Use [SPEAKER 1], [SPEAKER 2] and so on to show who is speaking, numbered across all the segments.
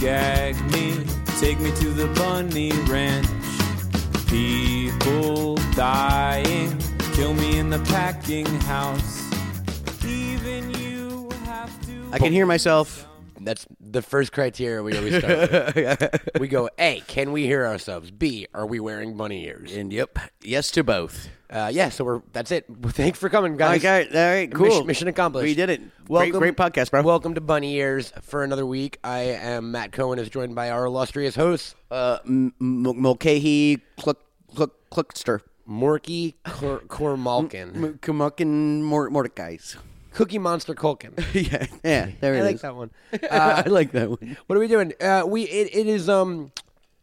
[SPEAKER 1] gag me, take me to the bunny ranch. People dying, kill me in the packing house. Even you have to.
[SPEAKER 2] I can hear myself.
[SPEAKER 3] That's the first criteria we always start with. We go, A, can we hear ourselves? B, are we wearing bunny ears?
[SPEAKER 2] And yep, yes to both.
[SPEAKER 3] Uh, yeah, so we're that's it. Well, thanks for coming,
[SPEAKER 2] All
[SPEAKER 3] guys.
[SPEAKER 2] right, all right, all right, cool.
[SPEAKER 3] Mission, mission accomplished.
[SPEAKER 2] We did it.
[SPEAKER 3] Welcome,
[SPEAKER 2] Welcome, great, great podcast, bro.
[SPEAKER 3] Welcome to Bunny Ears for another week. I am Matt Cohen, is joined by our illustrious hosts,
[SPEAKER 2] uh, M- M- Mulcahy Cluck Cluck Cluckster,
[SPEAKER 3] Morky Cor- Cormalkin,
[SPEAKER 2] M- Kumuckin Mor- Mordecai's.
[SPEAKER 3] Cookie Monster Colkin.
[SPEAKER 2] yeah, yeah, there it
[SPEAKER 3] I
[SPEAKER 2] is.
[SPEAKER 3] like that one.
[SPEAKER 2] Uh, I like that one.
[SPEAKER 3] What are we doing? Uh, we it, it is um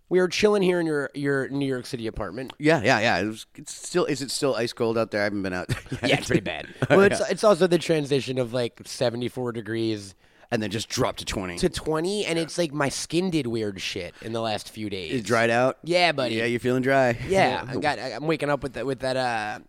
[SPEAKER 3] we are chilling here in your your New York City apartment.
[SPEAKER 2] Yeah, yeah, yeah. It was, it's still is it still ice cold out there? I haven't been out. yet.
[SPEAKER 3] Yeah, it's pretty bad. well, it's it's also the transition of like 74 degrees
[SPEAKER 2] and then just dropped to twenty.
[SPEAKER 3] to 20 and it's like my skin did weird shit in the last few days.
[SPEAKER 2] It dried out.
[SPEAKER 3] Yeah, buddy.
[SPEAKER 2] Yeah, you're feeling dry.
[SPEAKER 3] Yeah, I got. I- I'm waking up with that. With that. Uh,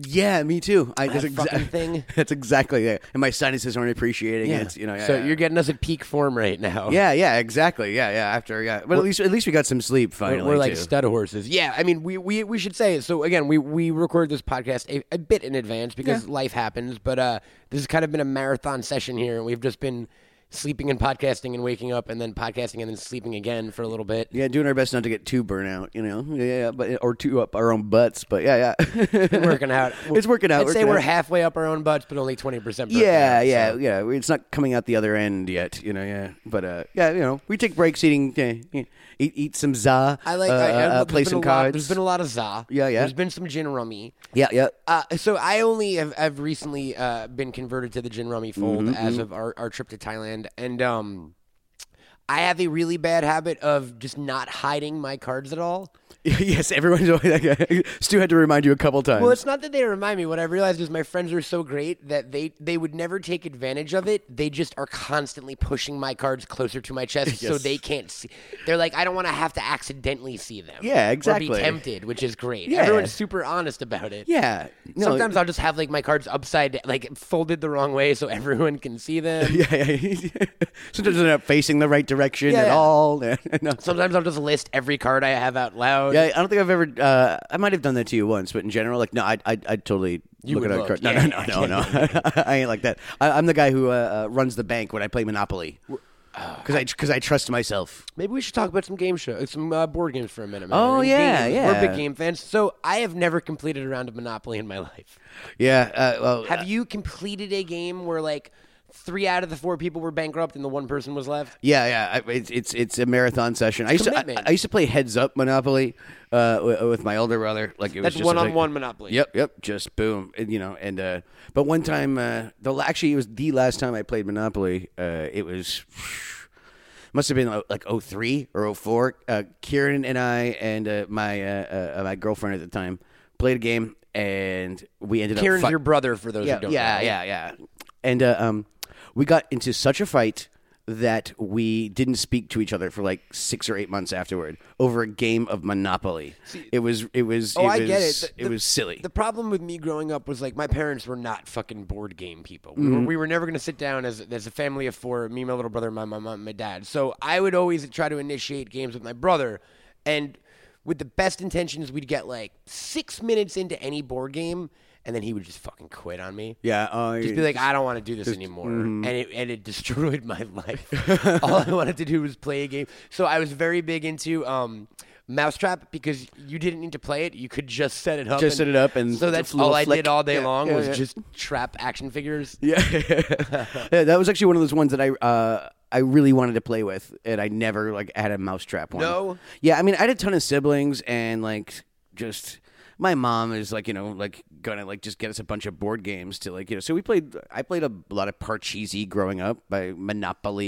[SPEAKER 2] Yeah, me too. I, that's
[SPEAKER 3] That fucking thing.
[SPEAKER 2] That's exactly it. And my sinuses aren't appreciating it. You know. Yeah,
[SPEAKER 3] so
[SPEAKER 2] yeah.
[SPEAKER 3] you're getting us at peak form right now.
[SPEAKER 2] Yeah, yeah, exactly. Yeah, yeah. After yeah, but at least at least we got some sleep
[SPEAKER 3] We're,
[SPEAKER 2] finally.
[SPEAKER 3] we're like
[SPEAKER 2] too.
[SPEAKER 3] stud horses. Yeah, I mean, we, we, we should say so. Again, we, we record this podcast a, a bit in advance because life happens. But uh, this has kind of been a marathon session here, and we've just been sleeping and podcasting and waking up, and then podcasting and then sleeping again for a little bit.
[SPEAKER 2] Yeah, doing our best not to get too burnout, you know. Yeah, yeah, but or too up our own butts, but yeah, yeah.
[SPEAKER 3] Working out.
[SPEAKER 2] It's working out.
[SPEAKER 3] I'd say
[SPEAKER 2] working
[SPEAKER 3] we're
[SPEAKER 2] out.
[SPEAKER 3] halfway up our own butts, but only twenty percent.
[SPEAKER 2] Yeah, yeah, yeah. It's not coming out the other end yet, you know. Yeah, but uh, yeah, you know, we take breaks, eating, yeah, yeah. eat, eat some za.
[SPEAKER 3] I like.
[SPEAKER 2] uh,
[SPEAKER 3] I, I,
[SPEAKER 2] uh,
[SPEAKER 3] there's
[SPEAKER 2] play
[SPEAKER 3] been
[SPEAKER 2] some
[SPEAKER 3] a lot-
[SPEAKER 2] cards.
[SPEAKER 3] there's been a lot of za.
[SPEAKER 2] Yeah, yeah.
[SPEAKER 3] There's been some gin rummy.
[SPEAKER 2] yeah, yeah.
[SPEAKER 3] Uh, so I only have I've recently uh, been converted to the gin rummy fold
[SPEAKER 2] Mm-hmm,
[SPEAKER 3] as of our, our trip to Thailand, and um, I have a really bad habit of just not hiding my cards at all.
[SPEAKER 2] yes, everyone's always like, Stu had to remind you a couple times.
[SPEAKER 3] Well, it's not that they remind me. What I realized is my friends are so great that they they would never take advantage of it. They just are constantly pushing my cards closer to my chest so
[SPEAKER 2] Yes.
[SPEAKER 3] they can't see. They're like, I don't want to have to accidentally see them.
[SPEAKER 2] Yeah,
[SPEAKER 3] Or
[SPEAKER 2] exactly.
[SPEAKER 3] be tempted, which is great.
[SPEAKER 2] Yeah.
[SPEAKER 3] Everyone's super honest about it.
[SPEAKER 2] yeah, no,
[SPEAKER 3] Sometimes I'll just have like my cards upside, like folded the wrong way, so everyone can see them.
[SPEAKER 2] yeah, yeah. Sometimes they're not facing the right direction
[SPEAKER 3] Yeah,
[SPEAKER 2] at
[SPEAKER 3] yeah.
[SPEAKER 2] all. no.
[SPEAKER 3] Sometimes I'll just list every card I have out loud.
[SPEAKER 2] Yeah, I don't think I've ever. Uh, I might have done that to you once, but in general, like, no, I, I, I totally
[SPEAKER 3] You
[SPEAKER 2] look
[SPEAKER 3] would
[SPEAKER 2] at our
[SPEAKER 3] look,
[SPEAKER 2] card.
[SPEAKER 3] yeah,
[SPEAKER 2] no, no, no, no, no. I ain't like that. I, I'm the guy who uh, uh, runs the bank when I play Monopoly because I because I trust myself.
[SPEAKER 3] Maybe we should talk about some game show, some uh, board games for a minute. man.
[SPEAKER 2] Oh,
[SPEAKER 3] And
[SPEAKER 2] yeah,
[SPEAKER 3] games.
[SPEAKER 2] yeah.
[SPEAKER 3] We're big game fans, so I have never completed a round of Monopoly in my life.
[SPEAKER 2] Yeah. Uh, well,
[SPEAKER 3] Have you completed a game where like three out of the four people were bankrupt and the one person was left?
[SPEAKER 2] Yeah, yeah, I, it's it's it's a marathon session. I used to I,
[SPEAKER 3] Commitment.
[SPEAKER 2] I used to play heads up Monopoly uh, wi- with my older brother. Like it was
[SPEAKER 3] That's
[SPEAKER 2] just a big-
[SPEAKER 3] one-on-one Monopoly.
[SPEAKER 2] Yep, yep, just boom, and, you know. And uh, but one time, uh, the la- actually it was the last time I played Monopoly. Uh, it was must have been uh, like 03 or 04. Uh, Kieran and I and uh, my uh, uh, my girlfriend at the time played a game, and we ended
[SPEAKER 3] Kieran's
[SPEAKER 2] up. fuck-
[SPEAKER 3] your brother, for those
[SPEAKER 2] yeah,
[SPEAKER 3] who don't
[SPEAKER 2] yeah,
[SPEAKER 3] know.
[SPEAKER 2] yeah, yeah. And uh, um, we got into such a fight that we didn't speak to each other for like six or eight months afterward over a game of Monopoly. it was, it was,
[SPEAKER 3] Oh,
[SPEAKER 2] it
[SPEAKER 3] I
[SPEAKER 2] was,
[SPEAKER 3] get it. The-
[SPEAKER 2] it
[SPEAKER 3] the-
[SPEAKER 2] was silly.
[SPEAKER 3] The problem with me growing up was like my parents were not fucking board game people. We,
[SPEAKER 2] Mm-hmm.
[SPEAKER 3] were, we were never going to sit down as as a family of four, me, my little brother, my my mom, and my dad. So I would always try to initiate games with my brother, and with the best intentions, we'd get like six minutes into any board game, and then he would just fucking quit on me.
[SPEAKER 2] yeah, uh,
[SPEAKER 3] Just be like, I don't want to do this anymore,
[SPEAKER 2] mm-hmm.
[SPEAKER 3] and it and it destroyed my life. All I wanted to do was play a game. So I was very big into um, Mousetrap because you didn't need to play it; you could just set it up.
[SPEAKER 2] Just set it up and
[SPEAKER 3] so that's
[SPEAKER 2] little
[SPEAKER 3] all I
[SPEAKER 2] flick.
[SPEAKER 3] did all day
[SPEAKER 2] Yeah,
[SPEAKER 3] long
[SPEAKER 2] yeah,
[SPEAKER 3] was
[SPEAKER 2] yeah.
[SPEAKER 3] just trap action figures.
[SPEAKER 2] yeah. Yeah, that was actually one of those ones that I. Uh, I really wanted to play with, and I never like had a mousetrap one.
[SPEAKER 3] No?
[SPEAKER 2] yeah, I mean, I had a ton of siblings, and like, just my mom is like, you know, like gonna like just get us a bunch of board games to like, you know. So we played. I played a lot of Parcheesi growing up, by Monopoly.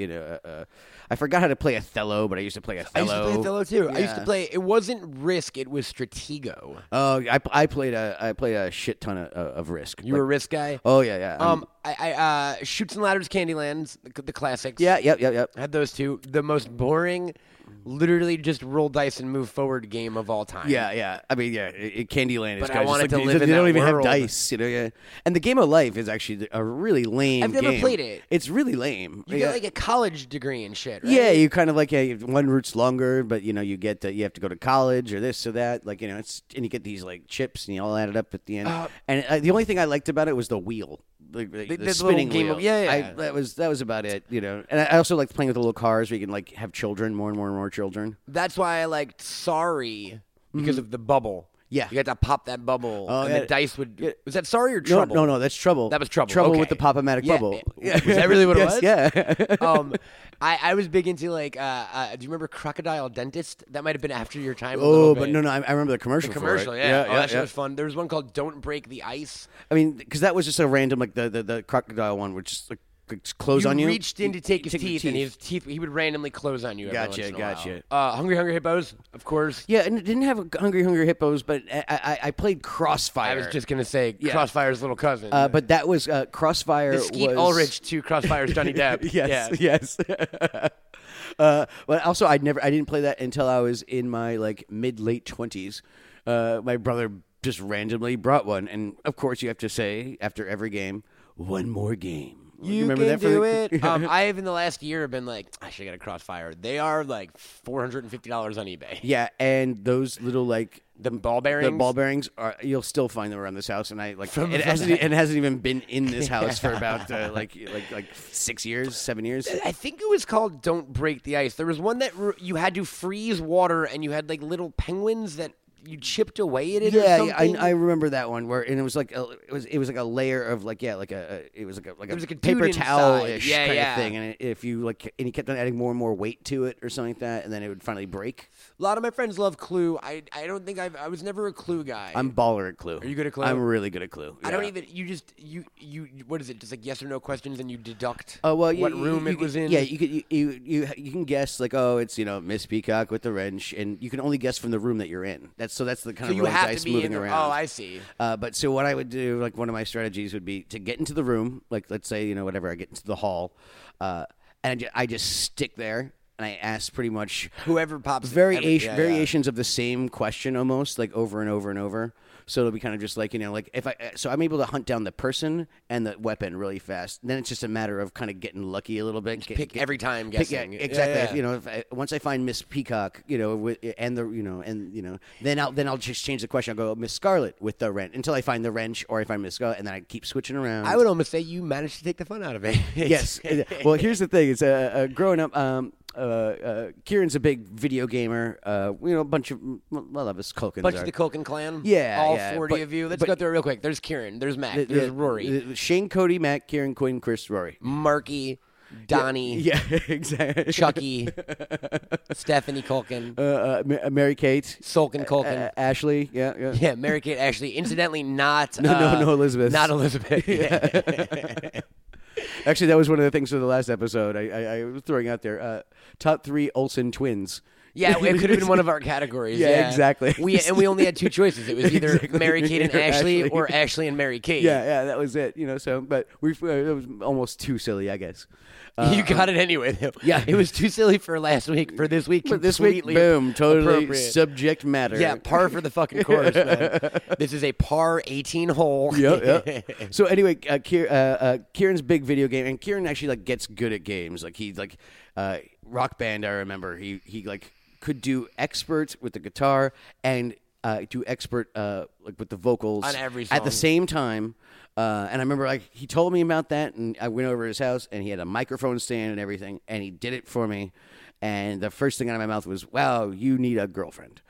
[SPEAKER 2] You know, uh, I forgot how to play Othello, but I used to play
[SPEAKER 3] I
[SPEAKER 2] Othello.
[SPEAKER 3] used to play Othello too. I used to
[SPEAKER 2] Yeah.
[SPEAKER 3] play. It wasn't Risk; it was Stratego.
[SPEAKER 2] Oh, I, I played a I played a shit ton of, of Risk.
[SPEAKER 3] You were a Risk guy.
[SPEAKER 2] Oh yeah, yeah. I'm-
[SPEAKER 3] um, I, I uh, shoots and ladders, Candylands, the, the classics.
[SPEAKER 2] yeah, yep, yep, yep.
[SPEAKER 3] I had those two. The most boring, literally just roll dice and move forward game of all time.
[SPEAKER 2] Yeah, yeah. I mean, yeah. yeah, it, it- Candyland is
[SPEAKER 3] But I
[SPEAKER 2] kind of
[SPEAKER 3] wanted
[SPEAKER 2] like,
[SPEAKER 3] to
[SPEAKER 2] you
[SPEAKER 3] live
[SPEAKER 2] don't-
[SPEAKER 3] in
[SPEAKER 2] you don't
[SPEAKER 3] that
[SPEAKER 2] even
[SPEAKER 3] world.
[SPEAKER 2] have dice, you know. Yeah, and the game of life is actually a really lame.
[SPEAKER 3] I've never
[SPEAKER 2] game.
[SPEAKER 3] played it.
[SPEAKER 2] It's really lame.
[SPEAKER 3] You
[SPEAKER 2] Yeah.
[SPEAKER 3] get like a college degree and shit, right?
[SPEAKER 2] Yeah, you kind of like yeah, you- one route's longer, but you know you get to, you have to go to college or this or that. Like you know, it's and you get these like chips and you all add it up at the end. and uh, the only thing I liked about it was the wheel, like, the, the,
[SPEAKER 3] the little
[SPEAKER 2] spinning
[SPEAKER 3] game
[SPEAKER 2] wheel.
[SPEAKER 3] of- yeah, yeah,
[SPEAKER 2] I-
[SPEAKER 3] yeah.
[SPEAKER 2] that was that was about it. You know, and I I also liked playing with the little cars where you can like have children, more and more and more children.
[SPEAKER 3] That's why I liked Sorry because of the bubble.
[SPEAKER 2] Mm-hmm. Yeah.
[SPEAKER 3] you had to pop that bubble,
[SPEAKER 2] Oh,
[SPEAKER 3] and
[SPEAKER 2] yeah.
[SPEAKER 3] the dice would. Was that Sorry or
[SPEAKER 2] No,
[SPEAKER 3] Trouble?
[SPEAKER 2] no, no, that's trouble.
[SPEAKER 3] That was Trouble.
[SPEAKER 2] Trouble with
[SPEAKER 3] Okay.
[SPEAKER 2] the Pop-O-Matic
[SPEAKER 3] Yeah.
[SPEAKER 2] bubble.
[SPEAKER 3] Was that really what it
[SPEAKER 2] Yes,
[SPEAKER 3] was?
[SPEAKER 2] Yeah.
[SPEAKER 3] um, I, I was big into like, uh, uh, do you remember Crocodile Dentist? That might have been after your time. a
[SPEAKER 2] oh,
[SPEAKER 3] little
[SPEAKER 2] but
[SPEAKER 3] bit.
[SPEAKER 2] no, no, I, I remember the commercial. for it.
[SPEAKER 3] commercial. Yeah, oh, that shit was fun. There was one called "Don't Break the Ice."
[SPEAKER 2] I mean, because that was just a random like the the, the crocodile one, which just like just close
[SPEAKER 3] you
[SPEAKER 2] on you.
[SPEAKER 3] reached in to take his
[SPEAKER 2] Take the
[SPEAKER 3] teeth, and
[SPEAKER 2] teeth.
[SPEAKER 3] his teeth he would randomly close on you. Every
[SPEAKER 2] Gotcha,
[SPEAKER 3] once in a
[SPEAKER 2] gotcha.
[SPEAKER 3] While. Uh, Hungry Hungry Hippos, of course.
[SPEAKER 2] yeah, and it didn't have Hungry Hungry Hippos, but eh, I, I, I played Crossfire.
[SPEAKER 3] I was just gonna say
[SPEAKER 2] Yeah.
[SPEAKER 3] Crossfire's little cousin.
[SPEAKER 2] uh, but that was uh, Crossfire.
[SPEAKER 3] Skeet
[SPEAKER 2] was...
[SPEAKER 3] Ulrich to Crossfire's Johnny Depp.
[SPEAKER 2] Yes,
[SPEAKER 3] Yeah.
[SPEAKER 2] yes. uh, but also, I never, I didn't play that until I was in my like mid late twenties. Uh, my brother just randomly brought one, and of course, you have to say after every game, one more game.
[SPEAKER 3] You
[SPEAKER 2] remember
[SPEAKER 3] can
[SPEAKER 2] that for
[SPEAKER 3] do
[SPEAKER 2] the-
[SPEAKER 3] it. Um, I have in the last year been like, I should get a Crossfire. They are like four hundred and fifty dollars on eBay.
[SPEAKER 2] Yeah, and those little like
[SPEAKER 3] The ball Um, bearings.
[SPEAKER 2] The ball bearings are you'll still find them around this house, and I like
[SPEAKER 3] From-
[SPEAKER 2] it,
[SPEAKER 3] from
[SPEAKER 2] hasn't, it hasn't even been in this house for about uh, like like like six years, seven years.
[SPEAKER 3] I think it was called "Don't Break the Ice." There was one that r you had to freeze water, and you had like little penguins that you chipped away at it. or
[SPEAKER 2] Yeah, I,
[SPEAKER 3] something.
[SPEAKER 2] I remember that one where and it was like a, it was it was like a layer of like yeah like a, a it was like a like a,
[SPEAKER 3] was like a
[SPEAKER 2] paper
[SPEAKER 3] dude
[SPEAKER 2] towel
[SPEAKER 3] inside.
[SPEAKER 2] ish
[SPEAKER 3] Yeah,
[SPEAKER 2] kind
[SPEAKER 3] yeah.
[SPEAKER 2] of thing, and it, if you like and you kept on adding more and more weight to it or something like that, and then it would finally break.
[SPEAKER 3] A lot of my friends love Clue. I I don't think I've I was never a Clue guy.
[SPEAKER 2] I'm baller at Clue. Are
[SPEAKER 3] you good at Clue?
[SPEAKER 2] I'm really good at Clue.
[SPEAKER 3] I don't
[SPEAKER 2] yeah.
[SPEAKER 3] even. You just you you what is it? Just like yes or no questions, and you deduct.
[SPEAKER 2] Oh well, you,
[SPEAKER 3] what
[SPEAKER 2] you-
[SPEAKER 3] room
[SPEAKER 2] you
[SPEAKER 3] it
[SPEAKER 2] could-
[SPEAKER 3] was in?
[SPEAKER 2] Yeah, you could you, you you you can guess like oh it's you know Miss Peacock with the wrench, and you can only guess from the room that you're in. That's so that's the kind
[SPEAKER 3] so
[SPEAKER 2] of
[SPEAKER 3] you
[SPEAKER 2] roll of
[SPEAKER 3] have
[SPEAKER 2] dice
[SPEAKER 3] to be
[SPEAKER 2] moving
[SPEAKER 3] in. The,
[SPEAKER 2] around.
[SPEAKER 3] Oh, I see.
[SPEAKER 2] Uh, but so what I would do, like one of my strategies would be to get into the room, like let's say you know whatever I get into the hall, uh, and I ju- I just stick there and I ask pretty much
[SPEAKER 3] Whoever pops in.
[SPEAKER 2] variation
[SPEAKER 3] Every- yeah, yeah.
[SPEAKER 2] variations of the same question almost like over and over and over. So it'll be kind of just like you know like if I uh, so I'm able to hunt down the person and the weapon really fast. then it's just a matter of kind of getting lucky a little bit. Get,
[SPEAKER 3] Pick
[SPEAKER 2] get-
[SPEAKER 3] every time
[SPEAKER 2] pick- yeah,
[SPEAKER 3] guessing. Yeah,
[SPEAKER 2] exactly.
[SPEAKER 3] yeah.
[SPEAKER 2] You know, if I, once I find Miss Peacock, you know, with, and the you know, and you know, then I'll then I'll just change the question. I'll go Miss Scarlet with the wrench until I find the wrench, or I find Miss Scarlet, and then I keep switching around.
[SPEAKER 3] I would almost say you managed to take the fun out of it.
[SPEAKER 2] Yes. well, here's the thing: is uh, uh, growing up, um, uh, uh, Kieran's a big video gamer. Uh, you know, a bunch of well, of us Culkins
[SPEAKER 3] Bunch
[SPEAKER 2] are.
[SPEAKER 3] of the Culkin clan.
[SPEAKER 2] Yeah,
[SPEAKER 3] all
[SPEAKER 2] yeah,
[SPEAKER 3] forty
[SPEAKER 2] but-
[SPEAKER 3] of you. Let's
[SPEAKER 2] but-
[SPEAKER 3] go through it real quick. There's Kieran. There's Matt.
[SPEAKER 2] The-
[SPEAKER 3] there's
[SPEAKER 2] the-
[SPEAKER 3] Rory.
[SPEAKER 2] the- uh, Shane, Cody, Matt, Kieran, Quinn, Chris, Rory.
[SPEAKER 3] Marky. Donnie.
[SPEAKER 2] Yeah, exactly.
[SPEAKER 3] Chucky. Stephanie Culkin.
[SPEAKER 2] Uh, uh, Ma- Mary Kate,
[SPEAKER 3] Sulkin
[SPEAKER 2] uh,
[SPEAKER 3] Culkin.
[SPEAKER 2] Ashley. Yeah, yeah.
[SPEAKER 3] Yeah, Mary Kate Ashley. Incidentally, not
[SPEAKER 2] No, no,
[SPEAKER 3] uh,
[SPEAKER 2] no, Elizabeth.
[SPEAKER 3] Not Elizabeth. Yeah.
[SPEAKER 2] Actually, that was one of the things for the last episode I, I, I was throwing out there. Uh, top three Olsen twins.
[SPEAKER 3] Yeah, it could have been one of our categories.
[SPEAKER 2] Yeah,
[SPEAKER 3] Yeah,
[SPEAKER 2] exactly.
[SPEAKER 3] We and we only had two choices. It was either
[SPEAKER 2] Exactly.
[SPEAKER 3] Mary Kate and
[SPEAKER 2] Or
[SPEAKER 3] Ashley,
[SPEAKER 2] Ashley.
[SPEAKER 3] or Ashley and Mary Kate.
[SPEAKER 2] Yeah, yeah, that was it. You know, so but we uh, it was almost too silly, I guess. Uh,
[SPEAKER 3] you got it anyway. Though.
[SPEAKER 2] yeah.
[SPEAKER 3] it was too silly for last week. For this week,
[SPEAKER 2] But this week,
[SPEAKER 3] completely
[SPEAKER 2] boom, totally
[SPEAKER 3] appropriate.
[SPEAKER 2] subject matter.
[SPEAKER 3] yeah, par for the fucking course, man. This is a par eighteen hole.
[SPEAKER 2] yeah, yeah. so anyway, uh, Kier, uh, uh, Kieran's big video game, and Kieran actually like gets good at games. Like he like uh, rock band. I remember he he like could do expert with the guitar and uh, do expert uh, like with the vocals
[SPEAKER 3] On every
[SPEAKER 2] at the
[SPEAKER 3] song.
[SPEAKER 2] same time. Uh, and I remember like he told me about that, and I went over to his house, and he had a microphone stand and everything, and he did it for me. And the first thing out of my mouth was, "Wow, you need a girlfriend."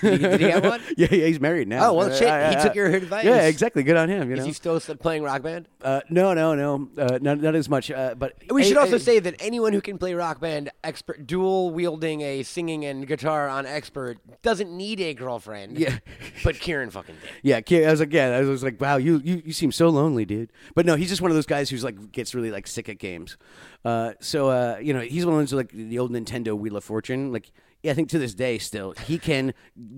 [SPEAKER 3] did he have one?
[SPEAKER 2] yeah, yeah, he's married now.
[SPEAKER 3] Oh, well,
[SPEAKER 2] Uh,
[SPEAKER 3] shit,
[SPEAKER 2] I-
[SPEAKER 3] he
[SPEAKER 2] I-
[SPEAKER 3] took your advice.
[SPEAKER 2] Yeah, exactly. Good on him. You know,
[SPEAKER 3] Is he still playing Rock Band?
[SPEAKER 2] uh, no, no, no, uh, not, not as much. Uh, but
[SPEAKER 3] We should
[SPEAKER 2] I-
[SPEAKER 3] also
[SPEAKER 2] I-
[SPEAKER 3] say that anyone who can play rock band expert dual wielding a singing and guitar on expert doesn't need a girlfriend.
[SPEAKER 2] Yeah.
[SPEAKER 3] but Kieran fucking did.
[SPEAKER 2] yeah, Ki- I was like, yeah, I was like, wow, you, you you seem so lonely, dude. But no, he's just one of those guys who's like gets really like sick at games. Uh, so uh, you know, he's one of those like the old Nintendo Wheel of Fortune. Like I think to this day still he can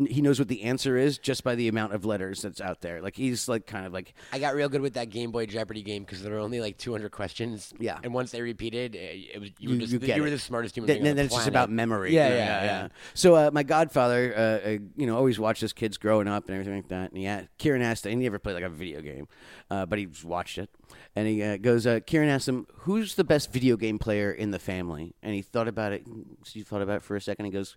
[SPEAKER 2] he knows what the answer is just by the amount of letters that's out there. Like he's like kind of like
[SPEAKER 3] I got real good with that Game Boy Jeopardy game because there were only like 200 questions.
[SPEAKER 2] Yeah.
[SPEAKER 3] And once they repeated, eh, it it was you, were,
[SPEAKER 2] You-
[SPEAKER 3] just,
[SPEAKER 2] you
[SPEAKER 3] you,
[SPEAKER 2] get
[SPEAKER 3] were
[SPEAKER 2] it.
[SPEAKER 3] the smartest human
[SPEAKER 2] Th-
[SPEAKER 3] being.
[SPEAKER 2] then
[SPEAKER 3] on the
[SPEAKER 2] it's just
[SPEAKER 3] planet.
[SPEAKER 2] about memory.
[SPEAKER 3] Yeah, yeah, yeah.
[SPEAKER 2] So uh, my godfather, uh, uh, you know, always watched his kids growing up and everything like that. And he a Kieran asked, and he never played like a video game, uh, but he just watched it. And he uh, goes, uh, Kieran asked him, "Who's the best video game player in the family?" And he thought about it. He thought about it for a second. He goes,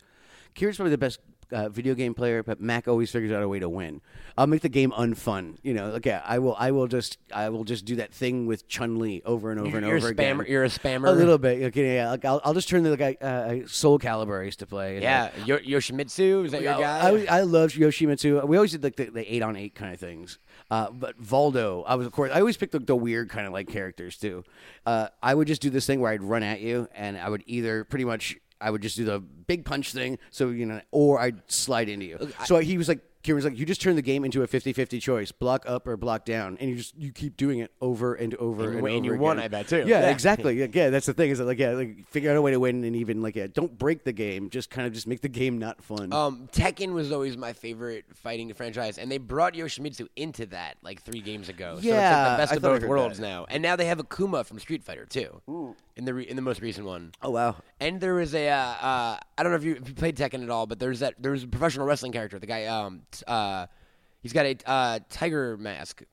[SPEAKER 2] "Kieran's probably the best." Uh, video game player, but Mac always figures out a way to win. I'll make the game unfun. You know, like yeah, I will. I will just. I will just do that thing with Chun Li over and over and
[SPEAKER 3] You're a
[SPEAKER 2] over again.
[SPEAKER 3] spammer. You're a spammer.
[SPEAKER 2] A little bit. Okay, yeah. Like I'll, I'll just turn the like uh, Soul Calibur I used to play. and,
[SPEAKER 3] Yeah.
[SPEAKER 2] like,
[SPEAKER 3] Yo- Yoshimitsu is that your
[SPEAKER 2] I,
[SPEAKER 3] guy?
[SPEAKER 2] I, I loved Yoshimitsu. We always did like the, the eight on eight kind of things. Uh, but Valdo, I was of course I always picked like, the weird kind of like characters too. Uh, I would just do this thing where I'd run at you, and I would either pretty much I would just do the big punch thing, so you know, or I'd slide into you. so he was like. Kieran's like, you just turn the game into a 50-50 choice, block up or block down, and you just you keep doing it over and over and,
[SPEAKER 3] win-
[SPEAKER 2] over
[SPEAKER 3] and you
[SPEAKER 2] again.
[SPEAKER 3] won, I bet, too.
[SPEAKER 2] Yeah,
[SPEAKER 3] Yeah.
[SPEAKER 2] exactly exactly. Yeah, yeah, that's the thing is that like yeah, like figure out a way to win and even like yeah, don't break the game. Just kind of just make the game not fun.
[SPEAKER 3] Um, Tekken was always my favorite fighting franchise, and they brought Yoshimitsu into that like three games ago. so it's like
[SPEAKER 2] Yeah,
[SPEAKER 3] the best
[SPEAKER 2] I
[SPEAKER 3] of
[SPEAKER 2] thought I
[SPEAKER 3] both
[SPEAKER 2] heard
[SPEAKER 3] worlds
[SPEAKER 2] that.
[SPEAKER 3] now. And now they have Akuma from Street Fighter too, in the re- in the most recent one.
[SPEAKER 2] oh wow.
[SPEAKER 3] And there was a uh, uh, I don't know if you, if you played Tekken at all, but there's that there's a professional wrestling character. The guy um t- uh, he's got a uh, tiger mask,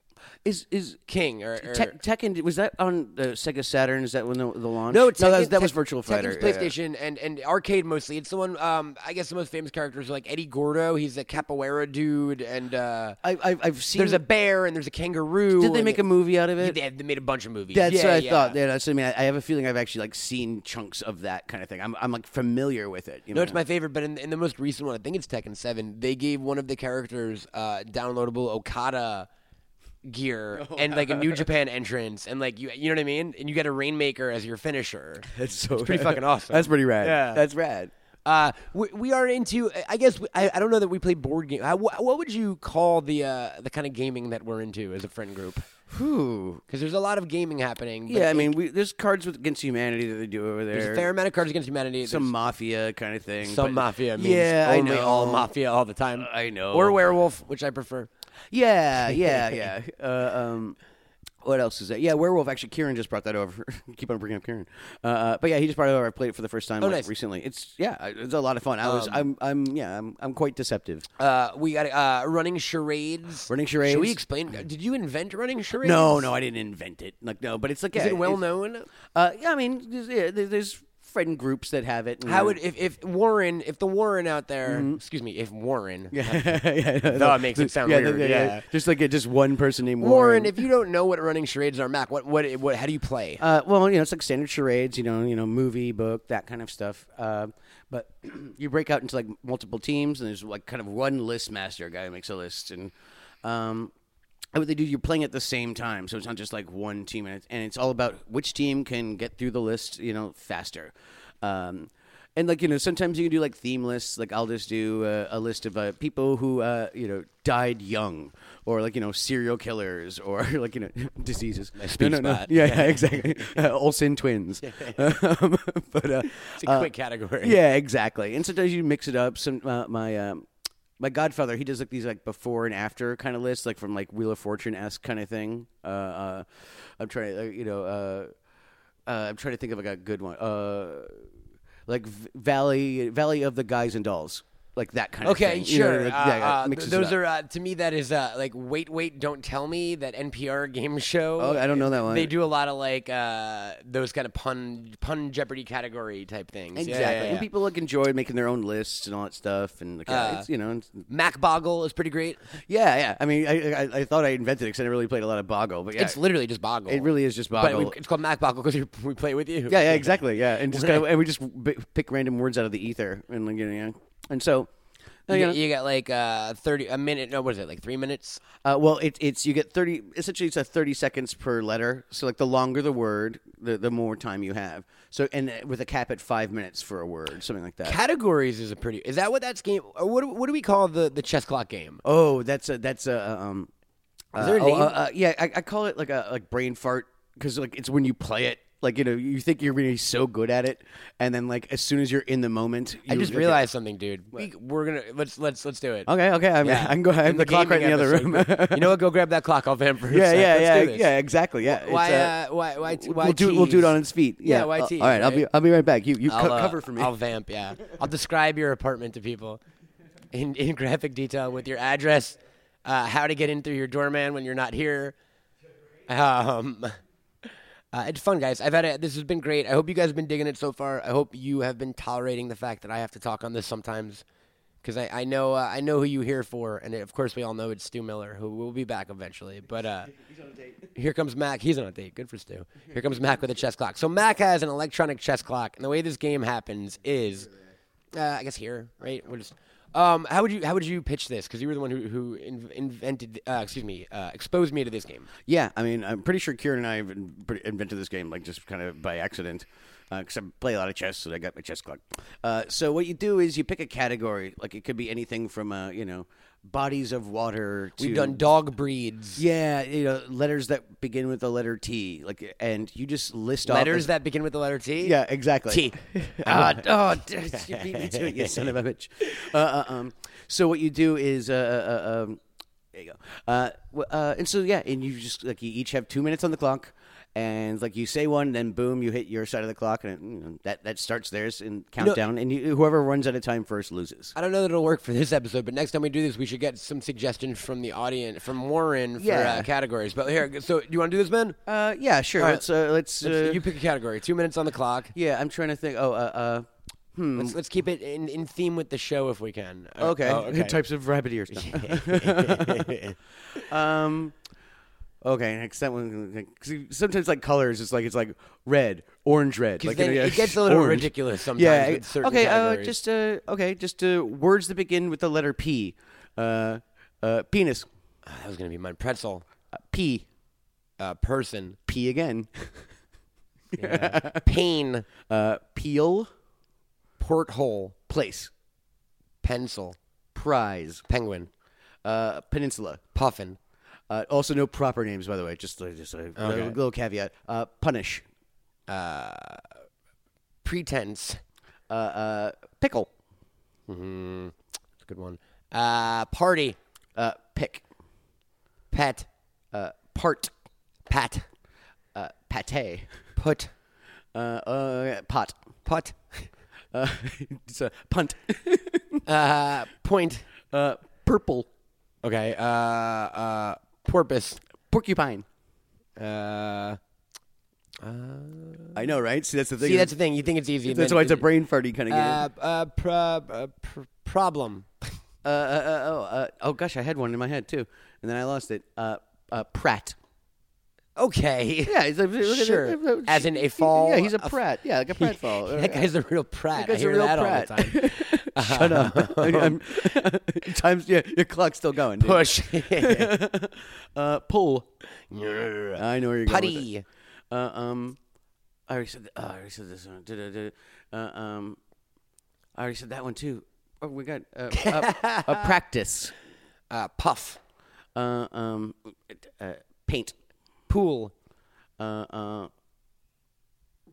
[SPEAKER 2] Is is
[SPEAKER 3] King or, or
[SPEAKER 2] Tek- Tekken was that on the Sega Saturn? Is that when the, the launch?
[SPEAKER 3] no, Tekken,
[SPEAKER 2] that was, that was
[SPEAKER 3] Tek-
[SPEAKER 2] Virtual
[SPEAKER 3] Tekken's
[SPEAKER 2] Fighter. yeah.
[SPEAKER 3] PlayStation and and arcade mostly. It's the one um I guess the most famous characters are like Eddie Gordo. He's a capoeira dude, and uh,
[SPEAKER 2] I, I've I've seen.
[SPEAKER 3] there's a bear and there's a kangaroo.
[SPEAKER 2] did they make a movie out of it?
[SPEAKER 3] They, they made a bunch of movies.
[SPEAKER 2] That's
[SPEAKER 3] yeah,
[SPEAKER 2] what I
[SPEAKER 3] yeah.
[SPEAKER 2] thought. Yeah, that's, I mean, I, I have a feeling I've actually like seen chunks of that kind of thing. I'm I'm like familiar with it. You
[SPEAKER 3] No,
[SPEAKER 2] know?
[SPEAKER 3] it's my favorite, but in, in the most recent one, I think it's Tekken 7, they gave one of the characters uh, downloadable Okada gear
[SPEAKER 2] Oh,
[SPEAKER 3] and like a New Japan entrance and like you you know what I mean? And you get a Rainmaker as your finisher.
[SPEAKER 2] That's so rad.
[SPEAKER 3] pretty fucking awesome.
[SPEAKER 2] That's pretty rad.
[SPEAKER 3] Yeah.
[SPEAKER 2] That's rad.
[SPEAKER 3] Uh, we, we are into I guess we, I, I don't know that we play board game. How, wh- what would you call the uh, the kind of gaming that we're into as a friend group?
[SPEAKER 2] Whew.
[SPEAKER 3] Cuz there's a lot of gaming happening. but
[SPEAKER 2] Yeah, I mean, we, there's cards with against humanity that they do over there.
[SPEAKER 3] there's a fair amount of Cards Against Humanity.
[SPEAKER 2] some
[SPEAKER 3] there's-
[SPEAKER 2] mafia kind of thing.
[SPEAKER 3] some
[SPEAKER 2] but-
[SPEAKER 3] mafia means
[SPEAKER 2] yeah, I
[SPEAKER 3] only
[SPEAKER 2] know.
[SPEAKER 3] all mafia all the time.
[SPEAKER 2] I know.
[SPEAKER 3] Or werewolf, which I prefer.
[SPEAKER 2] Yeah, yeah, yeah. uh, um, what else is that? Yeah, werewolf. Actually, Kieran just brought that over. Keep on bringing up Kieran. Uh, Uh, but yeah, he just brought it over. I played it for the first time like,
[SPEAKER 3] Oh, nice. Um,
[SPEAKER 2] recently. It's yeah, I- it's a lot of fun. I was, I'm, I'm, yeah, I'm, I'm quite deceptive.
[SPEAKER 3] Uh, we got uh, running charades.
[SPEAKER 2] Running charades?
[SPEAKER 3] Should we explain? Did you invent running charades?
[SPEAKER 2] No, no, I didn't invent it. Like no, but it's like
[SPEAKER 3] Is
[SPEAKER 2] yeah,
[SPEAKER 3] it well
[SPEAKER 2] it's-
[SPEAKER 3] known?
[SPEAKER 2] Uh, yeah, I mean, there's, yeah, there- there's friend groups that have it. and-
[SPEAKER 3] How would if, if Warren if the Warren out there? Excuse me, if Warren
[SPEAKER 2] Mm-hmm. yeah, yeah,
[SPEAKER 3] That makes it sound
[SPEAKER 2] yeah,
[SPEAKER 3] weird, yeah.
[SPEAKER 2] just like a, just one person named
[SPEAKER 3] Warren, if you don't know what running charades are, Mac, what what, what how do you play?
[SPEAKER 2] Uh, well, you know, it's like standard charades, you know, you know, movie, book, that kind of stuff. Uh, but you break out into like multiple teams, and there's like kind of one list master, a guy who makes a list, and um, and what they do, you're playing at the same time, so it's not just like one team, and it's, and it's all about which team can get through the list, you know, faster. Um, and like you know, sometimes you can do like theme lists. Like I'll just do uh, a list of uh, people who uh, you know died young, or like you know serial killers, or like you know diseases.
[SPEAKER 3] speak
[SPEAKER 2] no, no, no.
[SPEAKER 3] spot.
[SPEAKER 2] Yeah, yeah, exactly. Uh, Olsen twins. Um, but uh,
[SPEAKER 3] It's a quick category.
[SPEAKER 2] yeah, exactly. And sometimes you mix it up. Some uh, my um, my Godfather, he does like these like before and after kind of lists, like from like Wheel of Fortune esque kind of thing. Uh, uh, I'm trying, uh, you know, uh, uh, I'm trying to think of like a good one, uh, like v- Valley Valley of the Guys and Dolls, like that kind of
[SPEAKER 3] Okay,
[SPEAKER 2] thing. You know,
[SPEAKER 3] sure.
[SPEAKER 2] like,
[SPEAKER 3] Uh,
[SPEAKER 2] yeah, yeah,
[SPEAKER 3] uh, th-
[SPEAKER 2] mixes it
[SPEAKER 3] those
[SPEAKER 2] up.
[SPEAKER 3] are uh, to me that is uh, like wait, wait, don't tell me that NPR game show.
[SPEAKER 2] Oh, I don't know that one.
[SPEAKER 3] They do a lot of like uh, those kind of pun pun Jeopardy category type things. Yeah, yeah,
[SPEAKER 2] Exactly,
[SPEAKER 3] yeah. Uh.
[SPEAKER 2] and people like enjoy making their own lists and all that stuff, and like, yeah, it's, you know, it's,
[SPEAKER 3] Mac Boggle is pretty great.
[SPEAKER 2] Yeah, yeah. I mean, I I, I thought I invented it because I never really played a lot of Boggle, but yeah,
[SPEAKER 3] It's literally just Boggle.
[SPEAKER 2] it really is just
[SPEAKER 3] But
[SPEAKER 2] Boggle.
[SPEAKER 3] we, it's called Mac Boggle because we play with you.
[SPEAKER 2] yeah, yeah, exactly. Yeah, and just kind of, and we just b- pick random words out of the ether, and like, you know, yeah. and so.
[SPEAKER 3] You,
[SPEAKER 2] you
[SPEAKER 3] get,
[SPEAKER 2] know,
[SPEAKER 3] you get like uh, thirty a minute. No, what is it? Like three minutes.
[SPEAKER 2] uh, well, it, it's you get thirty. Essentially, it's a thirty seconds per letter. So, like the longer the word, the, the more time you have. So, and uh, with a cap at five minutes for a word, something like that.
[SPEAKER 3] Categories is a pretty. Is that what that's game? Or what, do- what do we call the the chess clock game?
[SPEAKER 2] oh, that's a that's a um.
[SPEAKER 3] Is there a
[SPEAKER 2] uh, oh,
[SPEAKER 3] name?
[SPEAKER 2] uh, uh, yeah, I, I call it like a like brain fart because like it's when you play it Like you know, you think you're gonna be so good at it, and then like as soon as you're in the moment,
[SPEAKER 3] I
[SPEAKER 2] you-
[SPEAKER 3] just
[SPEAKER 2] okay.
[SPEAKER 3] realized something, dude. We, we're gonna let's let's let's do it.
[SPEAKER 2] Okay, okay, I'm,
[SPEAKER 3] Yeah.
[SPEAKER 2] I can go. I have
[SPEAKER 3] In
[SPEAKER 2] the, clock right in the
[SPEAKER 3] gaming
[SPEAKER 2] other room.
[SPEAKER 3] episode. you know what? Go grab that clock off him for a
[SPEAKER 2] yeah,
[SPEAKER 3] sec.
[SPEAKER 2] yeah,
[SPEAKER 3] Let's
[SPEAKER 2] yeah,
[SPEAKER 3] do this.
[SPEAKER 2] yeah. Exactly. Yeah. It's,
[SPEAKER 3] Why,
[SPEAKER 2] uh,
[SPEAKER 3] uh, why, why, t- why
[SPEAKER 2] we'll do it. We'll do it
[SPEAKER 3] tease?
[SPEAKER 2] on its feet. Yeah.
[SPEAKER 3] Yeah, why
[SPEAKER 2] uh,
[SPEAKER 3] tease,
[SPEAKER 2] all right, I'll be.
[SPEAKER 3] right?
[SPEAKER 2] I'll be right back. You you
[SPEAKER 3] I'll,
[SPEAKER 2] co-
[SPEAKER 3] uh,
[SPEAKER 2] cover for me.
[SPEAKER 3] I'll vamp, yeah. I'll describe your apartment to people in, in graphic detail with your address, uh, how to get in through your doorman when you're not here. Um, uh, it's fun, guys. I've had a, this has been great. I hope you guys have been digging it so far. I hope you have been tolerating the fact that I have to talk on this sometimes, because I, I know uh, I know who you're here for, and of course we all know it's Stu Miller, who will be back eventually. But uh, here comes Mac. He's on a date. Good for Stu. Here comes Mac with a chess clock. So Mac has an electronic chess clock, and the way this game happens is, uh, I guess here, right? We're just. Um, how would you how would you pitch this? Because you were the one who who in, invented, uh, excuse me, uh, exposed me to this game.
[SPEAKER 2] Yeah, I mean, I'm pretty sure Kieran and I have in- pretty- invented this game like just kind of by accident because I play a lot of chess, so I got my chess clock. Uh, so what you do is you pick a category, like it could be anything from uh, you know bodies of water. To,
[SPEAKER 3] We've done dog breeds.
[SPEAKER 2] yeah, you know letters that begin with the letter T, like and you just list off
[SPEAKER 3] letters that begin with the letter T.
[SPEAKER 2] Yeah, exactly.
[SPEAKER 3] T.
[SPEAKER 2] Ah, oh, d- you beat me to it, you son of a bitch. Uh, uh, um, so what you do is, uh, uh, uh, um, there you go. Uh, w- uh, and so yeah, and you just like you each have two minutes on the clock, and like you say one, then boom, you hit your side of the clock, and it, you know, that that starts theirs and countdown, and you, whoever runs out of time first loses.
[SPEAKER 3] I don't know that it'll work for this episode, but next time we do this, we should get some suggestions from the audience, from Warren for
[SPEAKER 2] Yeah.
[SPEAKER 3] uh, categories. But here, so do you want to do this, Ben?
[SPEAKER 2] Uh, yeah, sure.
[SPEAKER 3] right.
[SPEAKER 2] Let's uh, let's.
[SPEAKER 3] Let's-
[SPEAKER 2] Uh,
[SPEAKER 3] you pick a category. Two minutes on the clock.
[SPEAKER 2] yeah, I'm trying to think. Oh, uh, uh hmm.
[SPEAKER 3] Let's, let's keep it in, in theme with the show if we can. Uh,
[SPEAKER 2] Okay.
[SPEAKER 3] oh, okay.
[SPEAKER 2] Types of rabbit ears. No. um, okay. Next that one. 'cause Sometimes like colors, it's like it's like red, orange, red.
[SPEAKER 3] 'Cause
[SPEAKER 2] Like
[SPEAKER 3] then
[SPEAKER 2] you know,
[SPEAKER 3] it gets a little
[SPEAKER 2] orange.
[SPEAKER 3] ridiculous sometimes
[SPEAKER 2] Yeah.
[SPEAKER 3] with certain
[SPEAKER 2] okay. Uh,
[SPEAKER 3] categories.
[SPEAKER 2] just uh, okay. Just uh, words that begin with the letter P. Uh, uh, penis.
[SPEAKER 3] Ah, that was gonna be mine. Pretzel,
[SPEAKER 2] Uh, P.
[SPEAKER 3] uh, person,
[SPEAKER 2] P again.
[SPEAKER 3] pain,
[SPEAKER 2] Uh, peel.
[SPEAKER 3] porthole,
[SPEAKER 2] Place.
[SPEAKER 3] pencil,
[SPEAKER 2] Prize.
[SPEAKER 3] penguin,
[SPEAKER 2] Uh, peninsula.
[SPEAKER 3] puffin,
[SPEAKER 2] Uh, also, no proper names, by the way. Just, uh, just a little, little caveat. Uh, punish.
[SPEAKER 3] pretense.
[SPEAKER 2] Uh, uh, pickle.
[SPEAKER 3] Mm-hmm. That's a good one. Uh, party,
[SPEAKER 2] Uh, pick.
[SPEAKER 3] pet,
[SPEAKER 2] uh, part
[SPEAKER 3] pat,
[SPEAKER 2] uh, pate
[SPEAKER 3] put,
[SPEAKER 2] uh, uh, pot
[SPEAKER 3] put,
[SPEAKER 2] uh, it's a punt
[SPEAKER 3] uh, point.
[SPEAKER 2] uh, purple
[SPEAKER 3] Okay. Uh, uh, porpoise.
[SPEAKER 2] porcupine
[SPEAKER 3] Uh,
[SPEAKER 2] I know right see that's the thing
[SPEAKER 3] see, that's the thing. You think it's easy. and
[SPEAKER 2] that's
[SPEAKER 3] then
[SPEAKER 2] why it's a brain farty kind of
[SPEAKER 3] Uh, uh, pro- uh, pr- problem.
[SPEAKER 2] game uh, uh, uh, oh, uh, oh gosh I had one in my head too and then I lost it uh, uh, Pratt
[SPEAKER 3] Okay.
[SPEAKER 2] yeah he's a, look at
[SPEAKER 3] Sure.
[SPEAKER 2] that- that-
[SPEAKER 3] As in a
[SPEAKER 2] he-
[SPEAKER 3] fall
[SPEAKER 2] yeah he's a
[SPEAKER 3] of-
[SPEAKER 2] Pratt yeah like a Pratt fall Uh,
[SPEAKER 3] that guy's a real prat.
[SPEAKER 2] guy's
[SPEAKER 3] I
[SPEAKER 2] a
[SPEAKER 3] hear
[SPEAKER 2] real
[SPEAKER 3] that all the
[SPEAKER 2] prat.
[SPEAKER 3] time.
[SPEAKER 2] shut up I, I'm, times yeah your clock's still going dude.
[SPEAKER 3] Push.
[SPEAKER 2] uh, pull I know where you're going with it.
[SPEAKER 3] Putty.
[SPEAKER 2] Uh, um, I already said. oh, I already said this one. Da-da-da. Uh, um, I already said that one too. Oh, we got uh, a, a practice.
[SPEAKER 3] Uh, puff.
[SPEAKER 2] Uh, um, uh, paint.
[SPEAKER 3] Pool.
[SPEAKER 2] Uh, uh,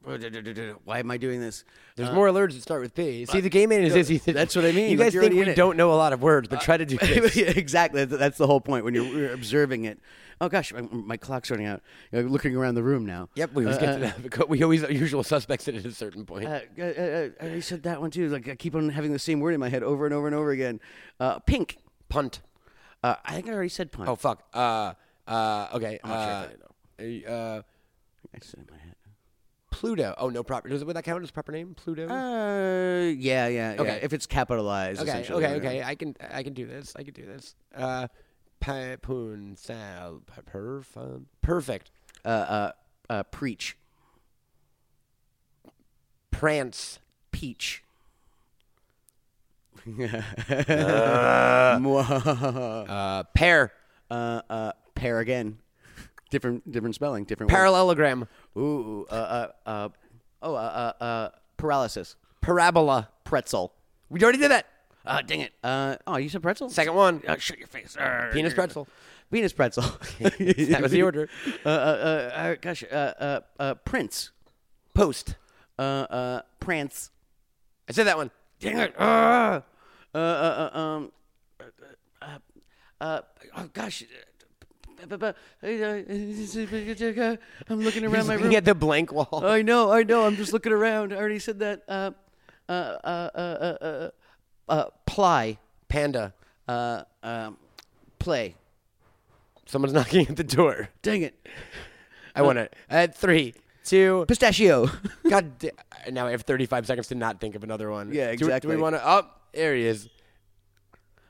[SPEAKER 2] oh, da-da-da-da. why am I doing this? Uh,
[SPEAKER 3] There's more words that start with P. See, the game ain't as easy.
[SPEAKER 2] that's what I mean.
[SPEAKER 3] You
[SPEAKER 2] Like,
[SPEAKER 3] guys
[SPEAKER 2] you're
[SPEAKER 3] think
[SPEAKER 2] already
[SPEAKER 3] we
[SPEAKER 2] in it. Uh,
[SPEAKER 3] don't know a lot of words, but try to do this.
[SPEAKER 2] Yeah, exactly. Th- That's the whole point when you're, you're observing it. Oh gosh, my, my clock's running out. You're looking around the room now.
[SPEAKER 3] Yep, we always get to that. because We always are usual suspects at a certain point.
[SPEAKER 2] Uh, uh, uh, I already said that one too. Like I keep on having the same word in my head over and over and over again. Uh, pink.
[SPEAKER 3] Punt.
[SPEAKER 2] Uh, I think I already said punt.
[SPEAKER 3] Oh fuck. Uh. Uh. Okay.
[SPEAKER 2] I'm not sure
[SPEAKER 3] Uh,
[SPEAKER 2] if I know.
[SPEAKER 3] uh,
[SPEAKER 2] I said it in my head.
[SPEAKER 3] Pluto. Oh no, proper. Does would that count as proper name? Pluto.
[SPEAKER 2] Uh, yeah, yeah, yeah.
[SPEAKER 3] Okay.
[SPEAKER 2] If it's capitalized,
[SPEAKER 3] okay.
[SPEAKER 2] essentially,
[SPEAKER 3] Okay.
[SPEAKER 2] you know.
[SPEAKER 3] Okay. I can. I can do this. I can do this. Uh. Papoon sal pa- perfun. Perfect.
[SPEAKER 2] Uh, uh, uh, preach,
[SPEAKER 3] Prance.
[SPEAKER 2] peach. Mwah.
[SPEAKER 3] Uh. Pair.
[SPEAKER 2] uh, uh, pair again. Different, different spelling, different. word.
[SPEAKER 3] Parallelogram.
[SPEAKER 2] Ooh, uh, uh, uh, oh, uh, uh, uh, paralysis,
[SPEAKER 3] Parabola.
[SPEAKER 2] pretzel.
[SPEAKER 3] We already did that.
[SPEAKER 2] Uh, dang it. Uh, oh, you said pretzel.
[SPEAKER 3] Second one.
[SPEAKER 2] Uh, shut your face. Arr.
[SPEAKER 3] Penis pretzel.
[SPEAKER 2] Venus pretzel. that
[SPEAKER 3] was the order.
[SPEAKER 2] Uh, uh, uh, uh, gosh, uh, uh, uh, Prince.
[SPEAKER 3] Post.
[SPEAKER 2] Uh, uh, Prance.
[SPEAKER 3] I said that one.
[SPEAKER 2] Dang it. Uh, uh, uh, uh, um, uh, uh, uh, oh, gosh. I'm looking around my room.
[SPEAKER 3] Looking at the blank wall.
[SPEAKER 2] I know, I know. I'm just looking around. I already said that. Uh, uh, uh, uh, uh, uh, uh, ply,
[SPEAKER 3] Panda.
[SPEAKER 2] uh, um, play.
[SPEAKER 3] Someone's knocking at the door.
[SPEAKER 2] Dang it,
[SPEAKER 3] I want it. At three, two.
[SPEAKER 2] pistachio.
[SPEAKER 3] God da- Now I have 35 seconds to not think of another one.
[SPEAKER 2] Yeah,
[SPEAKER 3] Do we- Do,
[SPEAKER 2] exactly.
[SPEAKER 3] we want to? Oh, there he is.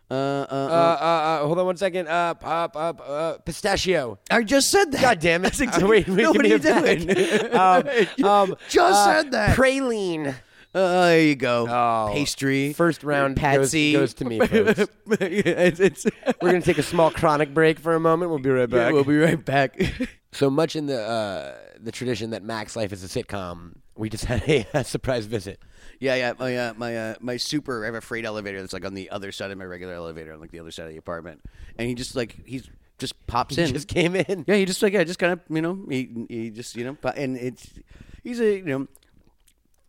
[SPEAKER 2] Uh, uh,
[SPEAKER 3] Uh, uh, uh, hold on one second. Uh, pop, up, uh, pistachio.
[SPEAKER 2] I just said that.
[SPEAKER 3] God damn it.
[SPEAKER 2] That's exactly.
[SPEAKER 3] Uh, wait, wait,
[SPEAKER 2] no,
[SPEAKER 3] give
[SPEAKER 2] what
[SPEAKER 3] me
[SPEAKER 2] are you
[SPEAKER 3] a
[SPEAKER 2] doing?
[SPEAKER 3] Um, um,
[SPEAKER 2] just
[SPEAKER 3] uh,
[SPEAKER 2] said that.
[SPEAKER 3] Praline.
[SPEAKER 2] Uh, there you go.
[SPEAKER 3] Oh.
[SPEAKER 2] Pastry.
[SPEAKER 3] First round goes-
[SPEAKER 2] Patsy
[SPEAKER 3] goes to me, folks.
[SPEAKER 2] Yeah, it's, it's,
[SPEAKER 3] We're gonna take a small chronic break for a moment. We'll be right
[SPEAKER 2] Yeah,
[SPEAKER 3] back.
[SPEAKER 2] we'll be right back.
[SPEAKER 3] so much in the uh, the tradition that Max Life is a sitcom. We just had a, a surprise visit.
[SPEAKER 2] yeah, yeah. My uh, my uh, my super. I have a freight elevator that's like on the other side of my regular elevator, on like the other side of the apartment, and he just like he's just pops
[SPEAKER 3] He
[SPEAKER 2] in.
[SPEAKER 3] just came in.
[SPEAKER 2] yeah, he just like yeah, just kind of you know he he just you know po- and it's he's a you know.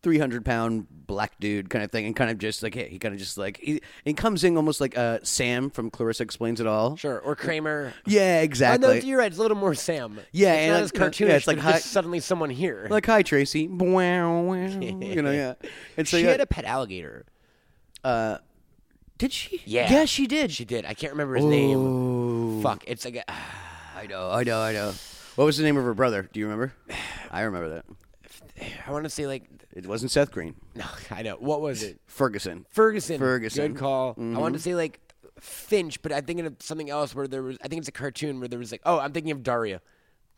[SPEAKER 2] 300 pound black dude kind of thing and kind of just like hey, he kind of just like he, he comes in almost like uh sam from clarissa explains it all
[SPEAKER 3] Sure. Or Kramer.
[SPEAKER 2] yeah exactly
[SPEAKER 3] Oh, no, you're right. It's a little more Sam.
[SPEAKER 2] Yeah,
[SPEAKER 3] it's
[SPEAKER 2] and
[SPEAKER 3] not
[SPEAKER 2] like-
[SPEAKER 3] as cartoonish.
[SPEAKER 2] yeah, it's like
[SPEAKER 3] but
[SPEAKER 2] hi-
[SPEAKER 3] just suddenly someone here.
[SPEAKER 2] like hi Tracy, wow, wow, you know, yeah. And so
[SPEAKER 3] she
[SPEAKER 2] yeah,
[SPEAKER 3] had a pet alligator.
[SPEAKER 2] did she?
[SPEAKER 3] Yeah.
[SPEAKER 2] yeah, she did.
[SPEAKER 3] She did. I can't remember his name. Fuck. It's like a,
[SPEAKER 2] I know, I know, I know. What was the name of her brother? Do you remember? I remember that.
[SPEAKER 3] I want to say like
[SPEAKER 2] It wasn't Seth Green.
[SPEAKER 3] no. I know. What was it?
[SPEAKER 2] Ferguson.
[SPEAKER 3] Ferguson.
[SPEAKER 2] Ferguson. Mm-hmm.
[SPEAKER 3] Good call. I wanted to say like Finch, but I'm thinking of something else where there was. I think it's a cartoon where there was like. Oh, I'm thinking of Daria,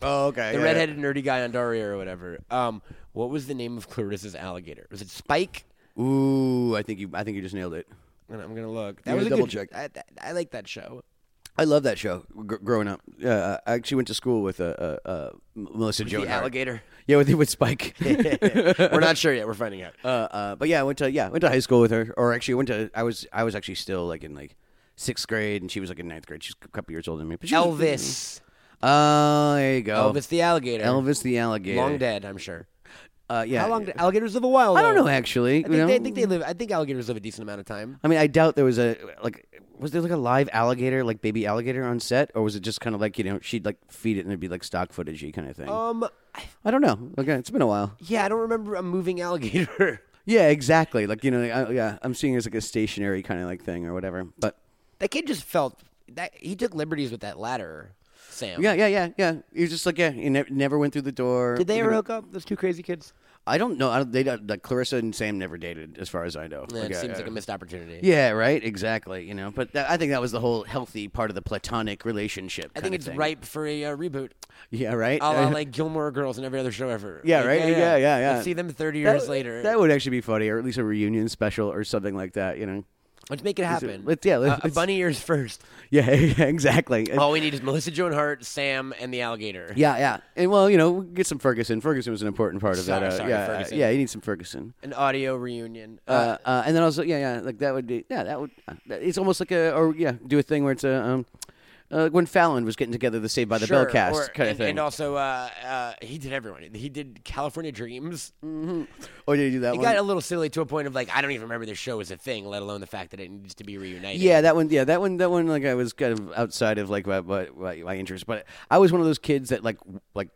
[SPEAKER 2] Oh, okay.
[SPEAKER 3] the
[SPEAKER 2] yeah,
[SPEAKER 3] redheaded nerdy guy on Daria or whatever. Um, what was the name of Clarissa's alligator? Was it Spike?
[SPEAKER 2] yeah. Ooh, I think you. I think you just nailed it.
[SPEAKER 3] And I'm gonna look.
[SPEAKER 2] You
[SPEAKER 3] That was a
[SPEAKER 2] gotta
[SPEAKER 3] good,
[SPEAKER 2] double check.
[SPEAKER 3] I, that- I like that show.
[SPEAKER 2] I love that show. Gr- growing up, uh, I actually went to school with uh, uh, uh, Melissa Joan
[SPEAKER 3] the
[SPEAKER 2] Hart.
[SPEAKER 3] alligator.
[SPEAKER 2] Yeah, with with Spike.
[SPEAKER 3] We're not sure yet. We're finding out.
[SPEAKER 2] uh, uh, but yeah, I went to yeah, I went to high school with her, or actually went to I was I was actually still like in like sixth grade, and she was like in ninth grade. She's a couple years older than me. But she was-
[SPEAKER 3] Elvis.
[SPEAKER 2] Oh, there you go.
[SPEAKER 3] Elvis the alligator.
[SPEAKER 2] Elvis the alligator.
[SPEAKER 3] Long dead, I'm sure.
[SPEAKER 2] Uh, yeah.
[SPEAKER 3] How long did alligators live a while?
[SPEAKER 2] I don't
[SPEAKER 3] though.
[SPEAKER 2] know actually. you
[SPEAKER 3] I think,
[SPEAKER 2] know?
[SPEAKER 3] they, I think they live. I think alligators live a decent amount of time.
[SPEAKER 2] I mean, I doubt there was a like. Was there like a live alligator, like baby alligator, on set, or was it just kind of like you know she'd like feed it and it'd be like stock footagey kind of thing?
[SPEAKER 3] Um, I-
[SPEAKER 2] I don't know. Okay, it's been a while.
[SPEAKER 3] yeah, I don't remember a moving alligator.
[SPEAKER 2] Yeah, exactly. Like you know, I, yeah, I'm seeing it as like a stationary kind of like thing or whatever. But
[SPEAKER 3] that kid just felt that he took liberties with that ladder, Sam.
[SPEAKER 2] yeah, yeah, yeah, yeah. He was just like yeah, he ne- never went through the door.
[SPEAKER 3] Did they
[SPEAKER 2] You
[SPEAKER 3] ever
[SPEAKER 2] know,
[SPEAKER 3] hook up? Those two crazy kids.
[SPEAKER 2] I don't know. I don't, they don't, like Clarissa and Sam never dated, as far as I know.
[SPEAKER 3] Yeah,
[SPEAKER 2] Like,
[SPEAKER 3] it
[SPEAKER 2] uh,
[SPEAKER 3] seems like a missed opportunity.
[SPEAKER 2] Yeah, right. Exactly. You know, but that, I think that was the whole healthy part of the platonic relationship.
[SPEAKER 3] I think
[SPEAKER 2] kinda
[SPEAKER 3] it's
[SPEAKER 2] thing.
[SPEAKER 3] ripe for a uh, reboot,
[SPEAKER 2] Yeah, right.
[SPEAKER 3] a la
[SPEAKER 2] I-
[SPEAKER 3] like Gilmore Girls and every other show ever.
[SPEAKER 2] Yeah,
[SPEAKER 3] Like,
[SPEAKER 2] right? Yeah, yeah, yeah.
[SPEAKER 3] Let's see them thirty
[SPEAKER 2] that-
[SPEAKER 3] years later.
[SPEAKER 2] That would actually be funny, or at least a reunion special or something like that. You know.
[SPEAKER 3] Let's make it happen.
[SPEAKER 2] let's- yeah,
[SPEAKER 3] Uh,
[SPEAKER 2] let's-
[SPEAKER 3] a Oh. bunny ears first.
[SPEAKER 2] Yeah. yeah exactly.
[SPEAKER 3] All we need is Melissa Joan Hart, Sam, and the alligator.
[SPEAKER 2] yeah, yeah, and well, you know, we'll get some Ferguson. Ferguson was an important part of
[SPEAKER 3] Sorry,
[SPEAKER 2] that. Uh,
[SPEAKER 3] sorry,
[SPEAKER 2] yeah,
[SPEAKER 3] Ferguson.
[SPEAKER 2] uh, yeah, you need some Ferguson.
[SPEAKER 3] An audio reunion.
[SPEAKER 2] Uh, uh, and then also, yeah, yeah, like that would be, yeah, that would. Uh, that- it's almost like a, or yeah, do a thing where it's a, um, uh, when Fallon was getting together the Saved by the
[SPEAKER 3] Sure,
[SPEAKER 2] Bell cast
[SPEAKER 3] or-
[SPEAKER 2] kind
[SPEAKER 3] and,
[SPEAKER 2] of thing.
[SPEAKER 3] And also, uh, uh, he did everyone. He did California Dreams.
[SPEAKER 2] or Oh, did you do that
[SPEAKER 3] It
[SPEAKER 2] Mm, one?
[SPEAKER 3] got a little silly to a point of like I don't even remember this show was a thing, let alone the fact that it needs to be reunited.
[SPEAKER 2] Yeah, that one. Yeah, that one. That one. Like I was kind of outside of like my my, my, my interest, but I was one of those kids that like w- like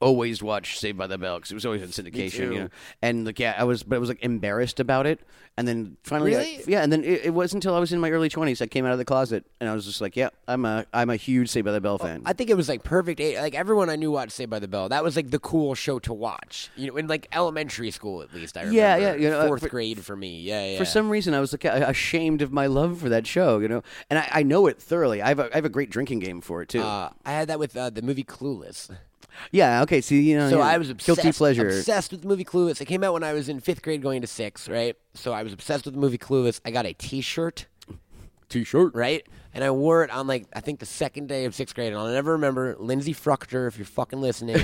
[SPEAKER 2] always watched Saved by the Bell because it was always in syndication.
[SPEAKER 3] too.
[SPEAKER 2] You know? And like yeah, I was, but I was like embarrassed about it. And then finally,
[SPEAKER 3] Really?
[SPEAKER 2] I- yeah. And then it, it wasn't until I was in my early twenties I came out of the closet and I was just like, yeah, I'm a I'm a huge Saved by the Bell fan.
[SPEAKER 3] I think it was like perfect. a- Like everyone I knew watched Saved by the Bell. That was like the cool show to watch. You know, in like elementary school at least. I remember.
[SPEAKER 2] Yeah, yeah, you know, uh,
[SPEAKER 3] fourth
[SPEAKER 2] for-
[SPEAKER 3] grade for me. Yeah, yeah.
[SPEAKER 2] for some reason, I was like a- ashamed of my love for that show, you know, and I, I know it thoroughly. I have a, I have a great drinking game for it too.
[SPEAKER 3] uh, I had that with uh, the movie Clueless.
[SPEAKER 2] yeah, okay, see, you know,
[SPEAKER 3] So
[SPEAKER 2] yeah.
[SPEAKER 3] I was obsessed,
[SPEAKER 2] guilty pleasure.
[SPEAKER 3] obsessed with the movie Clueless. It came out when I was in fifth grade, going to sixth, right? So I was obsessed with the movie Clueless. I got a T-shirt,
[SPEAKER 2] T-shirt,
[SPEAKER 3] right? And I wore it on like I think the second day of sixth grade, and I'll never remember Lindsay Fruchter. If you're fucking listening,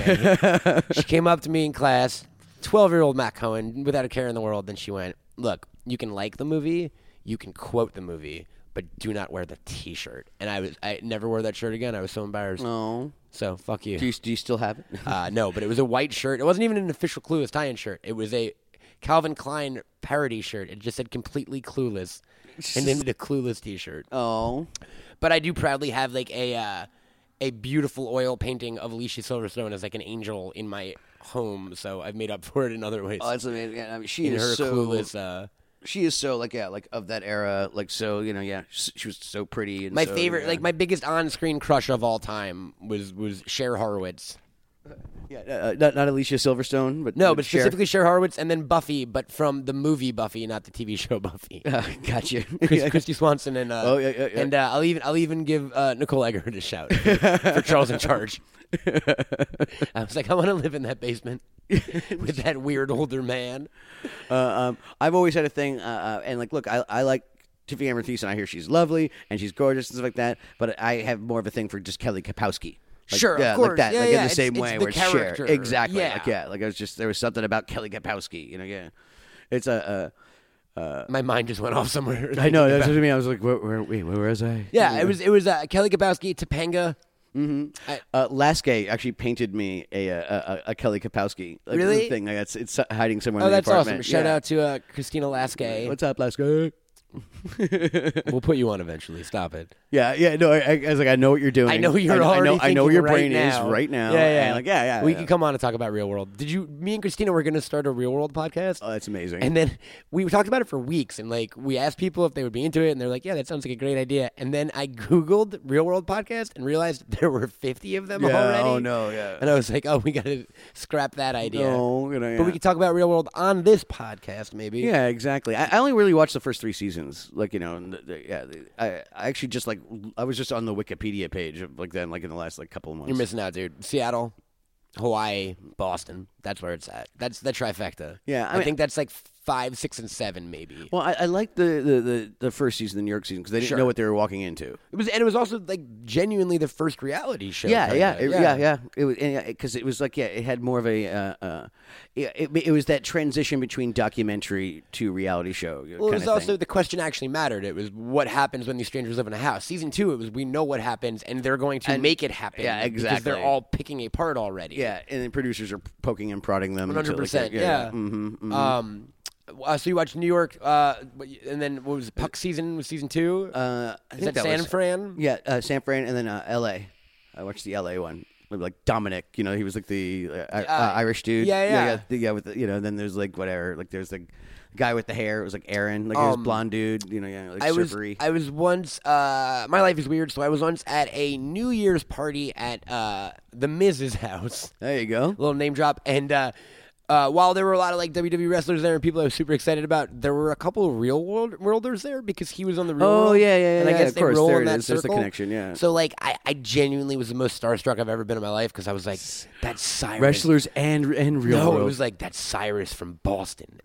[SPEAKER 3] she came up to me in class, twelve-year-old Matt Cohen, without a care in the world. Then she went, "Look, you can like the movie, you can quote the movie, but do not wear the T-shirt." And I was I never wore that shirt again. I was so embarrassed.
[SPEAKER 2] Oh,
[SPEAKER 3] So fuck you.
[SPEAKER 2] do you, do you still have it?
[SPEAKER 3] Uh, no, but it was a white shirt. It wasn't even an official Clueless tie-in shirt. It was a Calvin Klein parody shirt. It just said "completely clueless," and then the Clueless T-shirt.
[SPEAKER 2] Oh,
[SPEAKER 3] But I do proudly have like a uh, a beautiful oil painting of Alicia Silverstone as like an angel in my home. So I've made up for it in other ways.
[SPEAKER 2] oh, that's amazing. Yeah, I mean, she
[SPEAKER 3] in her
[SPEAKER 2] is so
[SPEAKER 3] Clueless. Uh,
[SPEAKER 2] she is so like yeah, like of that era. Like so, you know, yeah, she, she was so pretty. And
[SPEAKER 3] my
[SPEAKER 2] so,
[SPEAKER 3] favorite,
[SPEAKER 2] yeah.
[SPEAKER 3] like my biggest on-screen crush of all time, was was Cher Horowitz.
[SPEAKER 2] yeah, uh, not, not Alicia Silverstone, but
[SPEAKER 3] No, but
[SPEAKER 2] Cher.
[SPEAKER 3] specifically Cher Horowitz, and then Buffy, but from the movie Buffy, not the TV show Buffy.
[SPEAKER 2] Uh, gotcha.
[SPEAKER 3] Chris, Christy Swanson and uh,
[SPEAKER 2] Oh, yeah, yeah, yeah.
[SPEAKER 3] and uh, I'll even I'll even give uh, Nicole Eggert a shout for, for Charles in Charge. I was like, I want to live in that basement with that weird older man.
[SPEAKER 2] uh, um, I've always had a thing, uh, uh, and like, look, I, I like Tiffany Amber Thiessen. I hear she's lovely and she's gorgeous and stuff like that. But I have more of a thing for just Kelly Kapowski. Like,
[SPEAKER 3] Sure, of
[SPEAKER 2] yeah, like
[SPEAKER 3] course.
[SPEAKER 2] that,
[SPEAKER 3] Yeah,
[SPEAKER 2] like in
[SPEAKER 3] yeah,
[SPEAKER 2] the
[SPEAKER 3] it's-
[SPEAKER 2] same
[SPEAKER 3] it's
[SPEAKER 2] way.
[SPEAKER 3] the
[SPEAKER 2] where Cher-
[SPEAKER 3] character.
[SPEAKER 2] exactly.
[SPEAKER 3] Yeah.
[SPEAKER 2] like, yeah, like I was just there was something about Kelly Kapowski. You know, yeah, it's a.
[SPEAKER 3] My mind just went off somewhere.
[SPEAKER 2] Uh, I know that's what I mean. I was like, where, where, wait, where was I?
[SPEAKER 3] Yeah, it was it was uh, Kelly Kapowski, Topanga.
[SPEAKER 2] Uh, Lasky actually painted me a a, a, a Kelly Kapowski like, little
[SPEAKER 3] Really?
[SPEAKER 2] thing. Like it's it's hiding somewhere.
[SPEAKER 3] Oh,
[SPEAKER 2] in the
[SPEAKER 3] that's awesome!
[SPEAKER 2] apartment.
[SPEAKER 3] Shout
[SPEAKER 2] Yeah.
[SPEAKER 3] out to uh, Christina Laske.
[SPEAKER 2] What's up, Lasky?
[SPEAKER 3] we'll put you on eventually. Stop it.
[SPEAKER 2] Yeah, yeah. No, I, I I was like, I know what you're doing.
[SPEAKER 3] I know you're
[SPEAKER 2] I, I
[SPEAKER 3] already.
[SPEAKER 2] know, I know
[SPEAKER 3] thinking
[SPEAKER 2] your
[SPEAKER 3] right
[SPEAKER 2] brain
[SPEAKER 3] now.
[SPEAKER 2] is right now.
[SPEAKER 3] Yeah, yeah.
[SPEAKER 2] And like, yeah, yeah.
[SPEAKER 3] We
[SPEAKER 2] yeah.
[SPEAKER 3] could come on and talk about Real World. Did you? Me and Christina were going to start a Real World podcast.
[SPEAKER 2] Oh, that's amazing.
[SPEAKER 3] And then we talked about it for weeks, and like we asked people if they would be into it, and they're like, "Yeah, that sounds like a great idea." And then I googled Real World podcast and realized there were fifty of them
[SPEAKER 2] Yeah,
[SPEAKER 3] already.
[SPEAKER 2] oh, no, yeah.
[SPEAKER 3] And I was like, "Oh, we got to scrap that idea."
[SPEAKER 2] No, you know,
[SPEAKER 3] But
[SPEAKER 2] yeah.
[SPEAKER 3] we could talk about Real World on this podcast, maybe.
[SPEAKER 2] yeah, exactly. I, I only really watched the first three seasons. Like you know, and the, the, yeah. The, I, I actually just like I was just on the Wikipedia page of, like then like in the last like couple of months.
[SPEAKER 3] You're missing out, dude. Seattle, Hawaii, Boston. That's where it's at. That's the trifecta.
[SPEAKER 2] Yeah, I
[SPEAKER 3] I,
[SPEAKER 2] mean-
[SPEAKER 3] think that's like five, six, and seven, maybe.
[SPEAKER 2] well, I, I liked the, the, the, the first season, the New York season, because they didn't
[SPEAKER 3] Sure.
[SPEAKER 2] know what they were walking into.
[SPEAKER 3] it was, and it was also like genuinely the first reality show.
[SPEAKER 2] Yeah,
[SPEAKER 3] kinda.
[SPEAKER 2] yeah, it- yeah, yeah. It was because it was like yeah, it had more of a uh, uh, yeah, it, it was that transition between documentary to reality show.
[SPEAKER 3] Well, it was also the question actually mattered. It was what happens when these strangers live in a house. Season two, it was we know what happens and they're going to make it happen.
[SPEAKER 2] yeah,
[SPEAKER 3] Because
[SPEAKER 2] exactly.
[SPEAKER 3] they're all picking apart already.
[SPEAKER 2] yeah, and then producers are poking and prodding them.
[SPEAKER 3] one hundred percent. Yeah.
[SPEAKER 2] hmm
[SPEAKER 3] Um, uh, so you watched New York, uh, but you- and then what was it, Puck season? Was season two?
[SPEAKER 2] Uh, I
[SPEAKER 3] Is
[SPEAKER 2] think
[SPEAKER 3] that,
[SPEAKER 2] that
[SPEAKER 3] San
[SPEAKER 2] was-
[SPEAKER 3] Fran?
[SPEAKER 2] Yeah, uh, San Fran, and then uh, L.A. I watched the L.A. one. Like Dominic, you know, he was like the uh, I- uh, Irish dude.
[SPEAKER 3] yeah,
[SPEAKER 2] yeah,
[SPEAKER 3] yeah.
[SPEAKER 2] yeah, the- yeah, with the, you know. Then there's like whatever, like there's the guy with the hair. It was like Aaron, like he was
[SPEAKER 3] Um,
[SPEAKER 2] blonde dude. You know, yeah, like
[SPEAKER 3] I was
[SPEAKER 2] surfery.
[SPEAKER 3] I was once uh, my life is weird, so I was once at a New Year's party at uh, the Miz's house.
[SPEAKER 2] there you go.
[SPEAKER 3] little name drop. And uh, uh, while there were a lot of like WWE wrestlers there and people I was super excited about, there were a couple of real world worlders there because he was on the real
[SPEAKER 2] Oh,
[SPEAKER 3] world.
[SPEAKER 2] yeah, yeah,
[SPEAKER 3] and
[SPEAKER 2] yeah,
[SPEAKER 3] I guess
[SPEAKER 2] of
[SPEAKER 3] they
[SPEAKER 2] course.
[SPEAKER 3] roll
[SPEAKER 2] There
[SPEAKER 3] in
[SPEAKER 2] it
[SPEAKER 3] that
[SPEAKER 2] is. There's the
[SPEAKER 3] circle.
[SPEAKER 2] connection, yeah.
[SPEAKER 3] So like I, I genuinely was the most starstruck I've ever been in my life because I was like, that's Cyrus.
[SPEAKER 2] Wrestlers and and real
[SPEAKER 3] No,
[SPEAKER 2] world.
[SPEAKER 3] it was like that's Cyrus from Boston.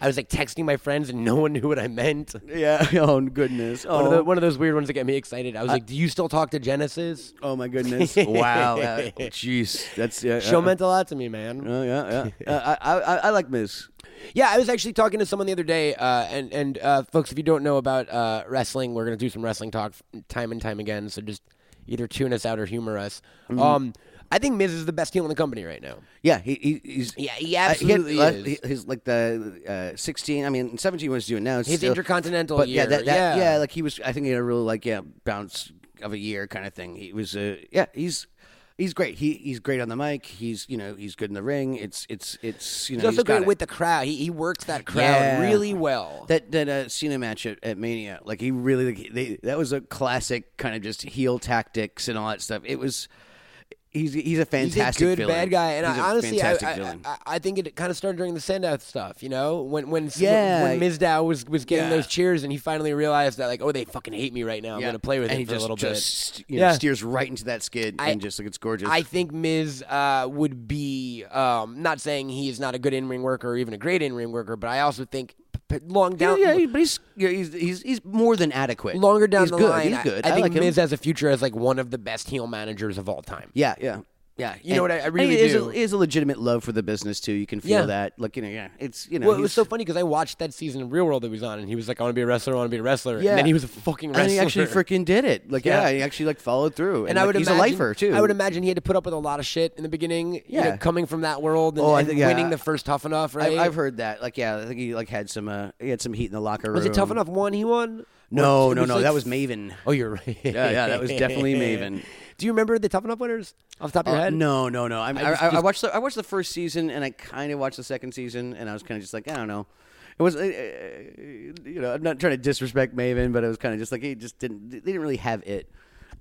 [SPEAKER 3] I was like texting my friends and no one knew what I meant.
[SPEAKER 2] yeah. Oh goodness. Oh,
[SPEAKER 3] One, of the, one of those weird ones that get me excited. I was like, "Do you still talk to Genesis?"
[SPEAKER 2] oh my goodness. wow. that- Jeez. That's yeah.
[SPEAKER 3] Show
[SPEAKER 2] uh,
[SPEAKER 3] meant a lot to me, man.
[SPEAKER 2] uh, yeah, yeah. Uh, I, I I like Miz.
[SPEAKER 3] Yeah, I was actually talking to someone the other day, uh, and and uh, folks, if you don't know about uh, wrestling, we're gonna do some wrestling talk f- time and time again. So just either tune us out or humor us.
[SPEAKER 2] Mm-hmm.
[SPEAKER 3] Um, I think Miz is the best heel in the company right now.
[SPEAKER 2] Yeah, he, he he's
[SPEAKER 3] Yeah, he
[SPEAKER 2] I- had-
[SPEAKER 3] absolutely
[SPEAKER 2] la-
[SPEAKER 3] is.
[SPEAKER 2] he- His like the uh, sixteen. I mean, seventeen was doing now. it's
[SPEAKER 3] His
[SPEAKER 2] still-
[SPEAKER 3] intercontinental
[SPEAKER 2] but yeah,
[SPEAKER 3] year,
[SPEAKER 2] that, that,
[SPEAKER 3] yeah.
[SPEAKER 2] yeah, like he was. I think he had a real like yeah bounce of a year kind of thing. He was uh, yeah, he's. He's great. He he's great on the mic. He's you know he's good in the ring. It's it's it's you know
[SPEAKER 3] He's also
[SPEAKER 2] got
[SPEAKER 3] great
[SPEAKER 2] it.
[SPEAKER 3] with the crowd. He he works that crowd
[SPEAKER 2] Yeah.
[SPEAKER 3] really well.
[SPEAKER 2] That that uh, Cena match at, at Mania, like he really like, they, that was a classic kind of just heel tactics and all that stuff. It was he's he's a
[SPEAKER 3] He's a
[SPEAKER 2] fantastic
[SPEAKER 3] good
[SPEAKER 2] villain.
[SPEAKER 3] bad guy, and
[SPEAKER 2] He's a
[SPEAKER 3] I, honestly, I,
[SPEAKER 2] fantastic
[SPEAKER 3] I,
[SPEAKER 2] villain.
[SPEAKER 3] I, I think it kind of started during the Sandow stuff. You know, when when
[SPEAKER 2] Yeah.
[SPEAKER 3] when Mizdow was was getting
[SPEAKER 2] Yeah.
[SPEAKER 3] those cheers, and he finally realized that like, oh, they fucking hate me right now. I'm
[SPEAKER 2] Yeah.
[SPEAKER 3] gonna play with
[SPEAKER 2] and
[SPEAKER 3] it
[SPEAKER 2] he
[SPEAKER 3] for
[SPEAKER 2] just,
[SPEAKER 3] a little
[SPEAKER 2] just,
[SPEAKER 3] bit.
[SPEAKER 2] You know,
[SPEAKER 3] Yeah.
[SPEAKER 2] steers right into that skid
[SPEAKER 3] I-
[SPEAKER 2] and just like it's gorgeous.
[SPEAKER 3] I think Miz uh, would be um, not saying he is not a good in ring worker or even a great in ring worker, but I also think p- p- long
[SPEAKER 2] yeah,
[SPEAKER 3] down.
[SPEAKER 2] yeah, he- but he's, yeah, he's he's he's more than adequate.
[SPEAKER 3] Longer down
[SPEAKER 2] he's
[SPEAKER 3] the
[SPEAKER 2] good.
[SPEAKER 3] line,
[SPEAKER 2] he's good.
[SPEAKER 3] I, I think
[SPEAKER 2] like him.
[SPEAKER 3] Miz has a future as like one of the best heel managers of all time.
[SPEAKER 2] Yeah, yeah. Yeah,
[SPEAKER 3] You know what, I- I really
[SPEAKER 2] it is A,
[SPEAKER 3] do.
[SPEAKER 2] it is a legitimate love for the business too. You can feel
[SPEAKER 3] Yeah.
[SPEAKER 2] that, like you know, yeah, it's you know,
[SPEAKER 3] Well, it was
[SPEAKER 2] he's-
[SPEAKER 3] so funny because I watched that season of Real World that he was on, and he was like, "I want to be a wrestler. I want to be a wrestler."
[SPEAKER 2] Yeah.
[SPEAKER 3] And then he was a fucking wrestler.
[SPEAKER 2] and he actually freaking did it. Like, yeah,
[SPEAKER 3] Yeah.
[SPEAKER 2] he actually like followed through. And,
[SPEAKER 3] And I
[SPEAKER 2] like,
[SPEAKER 3] would
[SPEAKER 2] he's
[SPEAKER 3] imagine,
[SPEAKER 2] a lifer too.
[SPEAKER 3] I would imagine he had to put up with a lot of shit in the beginning. you
[SPEAKER 2] Yeah.
[SPEAKER 3] know, coming from that world and,
[SPEAKER 2] Oh, I
[SPEAKER 3] and
[SPEAKER 2] think, yeah.
[SPEAKER 3] winning the first Tough Enough.
[SPEAKER 2] I,
[SPEAKER 3] Right?
[SPEAKER 2] have heard that. Like, yeah, I think he like had some. Uh, he had some heat in the locker room.
[SPEAKER 3] Was it Tough Enough one? He won.
[SPEAKER 2] No,
[SPEAKER 3] Or-
[SPEAKER 2] no,
[SPEAKER 3] it
[SPEAKER 2] no.
[SPEAKER 3] like-
[SPEAKER 2] that was Maven.
[SPEAKER 3] Oh, you're right.
[SPEAKER 2] Yeah, yeah, that was definitely Maven.
[SPEAKER 3] Do you remember the Tough Enough winners off the top of your
[SPEAKER 2] Uh,
[SPEAKER 3] head?
[SPEAKER 2] no, no, no. I, I,
[SPEAKER 3] was
[SPEAKER 2] I, I
[SPEAKER 3] just-
[SPEAKER 2] watched the I watched the first season and I kind of watched the second season and I was kind of just like I don't know. It was uh, uh, you know I'm not trying to disrespect Maven, but it was kind of just like he just didn't they didn't really have it.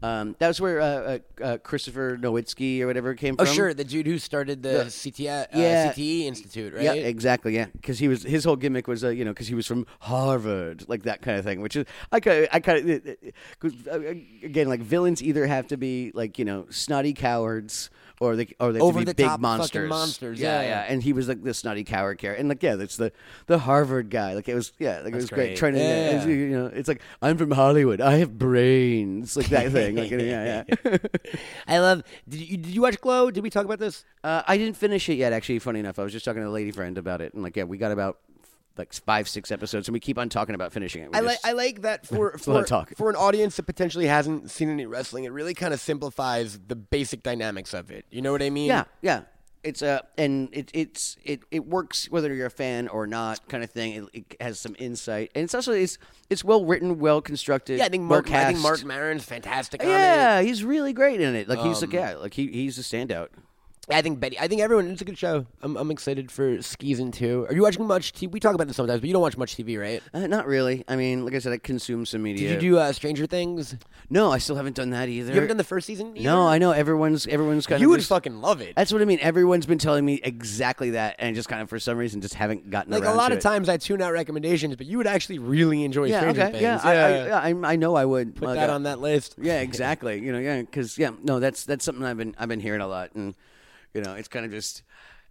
[SPEAKER 2] Um, that was where uh, uh, uh, Christopher Nowitzki or whatever came
[SPEAKER 3] Oh,
[SPEAKER 2] from.
[SPEAKER 3] sure, the dude who started the CTI, uh,
[SPEAKER 2] Yeah.
[SPEAKER 3] CTE Institute, right?
[SPEAKER 2] Yeah, exactly. Yeah, because he was his whole gimmick was uh, you know because he was from Harvard, like that kind of thing. Which is I kind I uh, kind of uh, again like villains either have to be like you know snotty cowards or they or they have
[SPEAKER 3] Over
[SPEAKER 2] to be
[SPEAKER 3] the
[SPEAKER 2] big
[SPEAKER 3] top fucking
[SPEAKER 2] monsters.
[SPEAKER 3] monsters,
[SPEAKER 2] Yeah,
[SPEAKER 3] yeah.
[SPEAKER 2] And he was like the snotty coward character, and like yeah, that's the the Harvard guy. Like it was yeah, like it was great.
[SPEAKER 3] great.
[SPEAKER 2] Trying to
[SPEAKER 3] Yeah.
[SPEAKER 2] it's, you know it's like I'm from Hollywood. I have brains, like that thing. Like yeah, yeah.
[SPEAKER 3] I love. Did you, did you watch Glow? Did we talk about this?
[SPEAKER 2] Uh, I didn't finish it yet. Actually, funny enough, I was just talking to a lady friend about it, and like, yeah, we got about like five, six episodes, and we keep on talking about finishing it. We
[SPEAKER 3] I like
[SPEAKER 2] just-
[SPEAKER 3] I like that for
[SPEAKER 2] a lot
[SPEAKER 3] for,
[SPEAKER 2] of talk.
[SPEAKER 3] for an audience that potentially hasn't seen any wrestling. It really kind of simplifies the basic dynamics of it. You know what I mean?
[SPEAKER 2] yeah, yeah. It's uh, and it it's it it works whether you're a fan or not, kind of thing. It, it has some insight, and it's also it's it's well written, well constructed.
[SPEAKER 3] Yeah, I think Mark. I think Mark Maron's fantastic. On it.
[SPEAKER 2] Yeah, he's really great in it. Like he's
[SPEAKER 3] Um,
[SPEAKER 2] like yeah, like he he's a standout.
[SPEAKER 3] I think Betty. I think everyone. It's a good show. I'm, I'm excited for Skeezin two. Are you watching much TV? We talk about this sometimes, but you don't watch much TV, right?
[SPEAKER 2] Uh, not really. I mean, like I said, I consume some media.
[SPEAKER 3] Did you do uh, Stranger Things? You
[SPEAKER 2] No, I still haven't done that either.
[SPEAKER 3] haven't done the first season. either?
[SPEAKER 2] Er, No, I know everyone's everyone's kind
[SPEAKER 3] you
[SPEAKER 2] of
[SPEAKER 3] would
[SPEAKER 2] just-
[SPEAKER 3] fucking love it.
[SPEAKER 2] That's what I mean. Everyone's been telling me exactly that, and I just kind of for some reason just haven't gotten
[SPEAKER 3] Like a
[SPEAKER 2] around
[SPEAKER 3] lot
[SPEAKER 2] to
[SPEAKER 3] of
[SPEAKER 2] it.
[SPEAKER 3] times, I tune out recommendations, but you would actually really enjoy
[SPEAKER 2] Yeah,
[SPEAKER 3] Stranger
[SPEAKER 2] okay,
[SPEAKER 3] Things.
[SPEAKER 2] yeah, I, I, yeah, I'm- I know I would
[SPEAKER 3] Put that on that list.
[SPEAKER 2] Yeah, exactly. You know, yeah, because yeah, no, that's that's something I've been I've been hearing a lot, and you know, it's kind of just,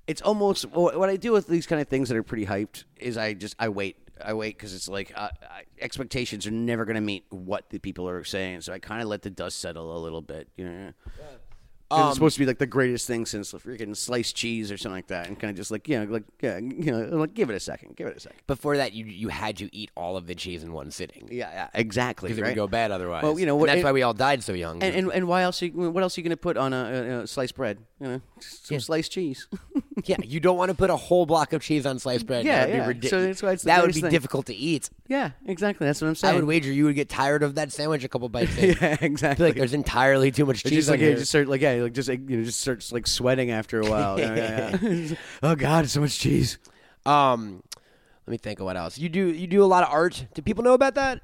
[SPEAKER 2] it's almost wh- what I do with these kind of things that are pretty hyped is I just I wait. I wait because it's like uh, I, expectations are never going to meet what the people are saying, so I kind of let the dust settle a little bit. You know, 'Cause it's
[SPEAKER 3] Um
[SPEAKER 2] supposed to be like the greatest thing since the freaking sliced cheese or something like that, and kind of just like you know, like yeah, you know, like give it a second, give it a second.
[SPEAKER 3] Before that, you you had to eat all of the cheese in one sitting.
[SPEAKER 2] Yeah, yeah exactly.
[SPEAKER 3] because it
[SPEAKER 2] right?
[SPEAKER 3] would go bad otherwise.
[SPEAKER 2] Well, you know,
[SPEAKER 3] And
[SPEAKER 2] what-
[SPEAKER 3] that's
[SPEAKER 2] it-
[SPEAKER 3] why we all died so young.
[SPEAKER 2] And, and and why else? You, what else are you going to put on a, a, a sliced bread? You know, some sliced cheese.
[SPEAKER 3] yeah, you don't want to put a whole block of cheese on sliced bread.
[SPEAKER 2] Yeah,
[SPEAKER 3] that would
[SPEAKER 2] yeah.
[SPEAKER 3] be ridiculous.
[SPEAKER 2] So that's why it's the
[SPEAKER 3] that would
[SPEAKER 2] greatest
[SPEAKER 3] be
[SPEAKER 2] thing.
[SPEAKER 3] difficult to eat.
[SPEAKER 2] yeah, exactly. That's what I'm
[SPEAKER 3] I
[SPEAKER 2] saying.
[SPEAKER 3] would wager you would get tired of that sandwich a couple bites in.
[SPEAKER 2] yeah,
[SPEAKER 3] I feel
[SPEAKER 2] exactly.
[SPEAKER 3] like there's entirely too much
[SPEAKER 2] It's
[SPEAKER 3] cheese
[SPEAKER 2] just
[SPEAKER 3] on
[SPEAKER 2] like yeah,
[SPEAKER 3] here.
[SPEAKER 2] just start like yeah, like just like, you know, just starts like sweating after a while. Yeah, yeah, yeah. oh God, so much cheese.
[SPEAKER 3] Um, let me think of what else. You do you do a lot of art. Do people know about that?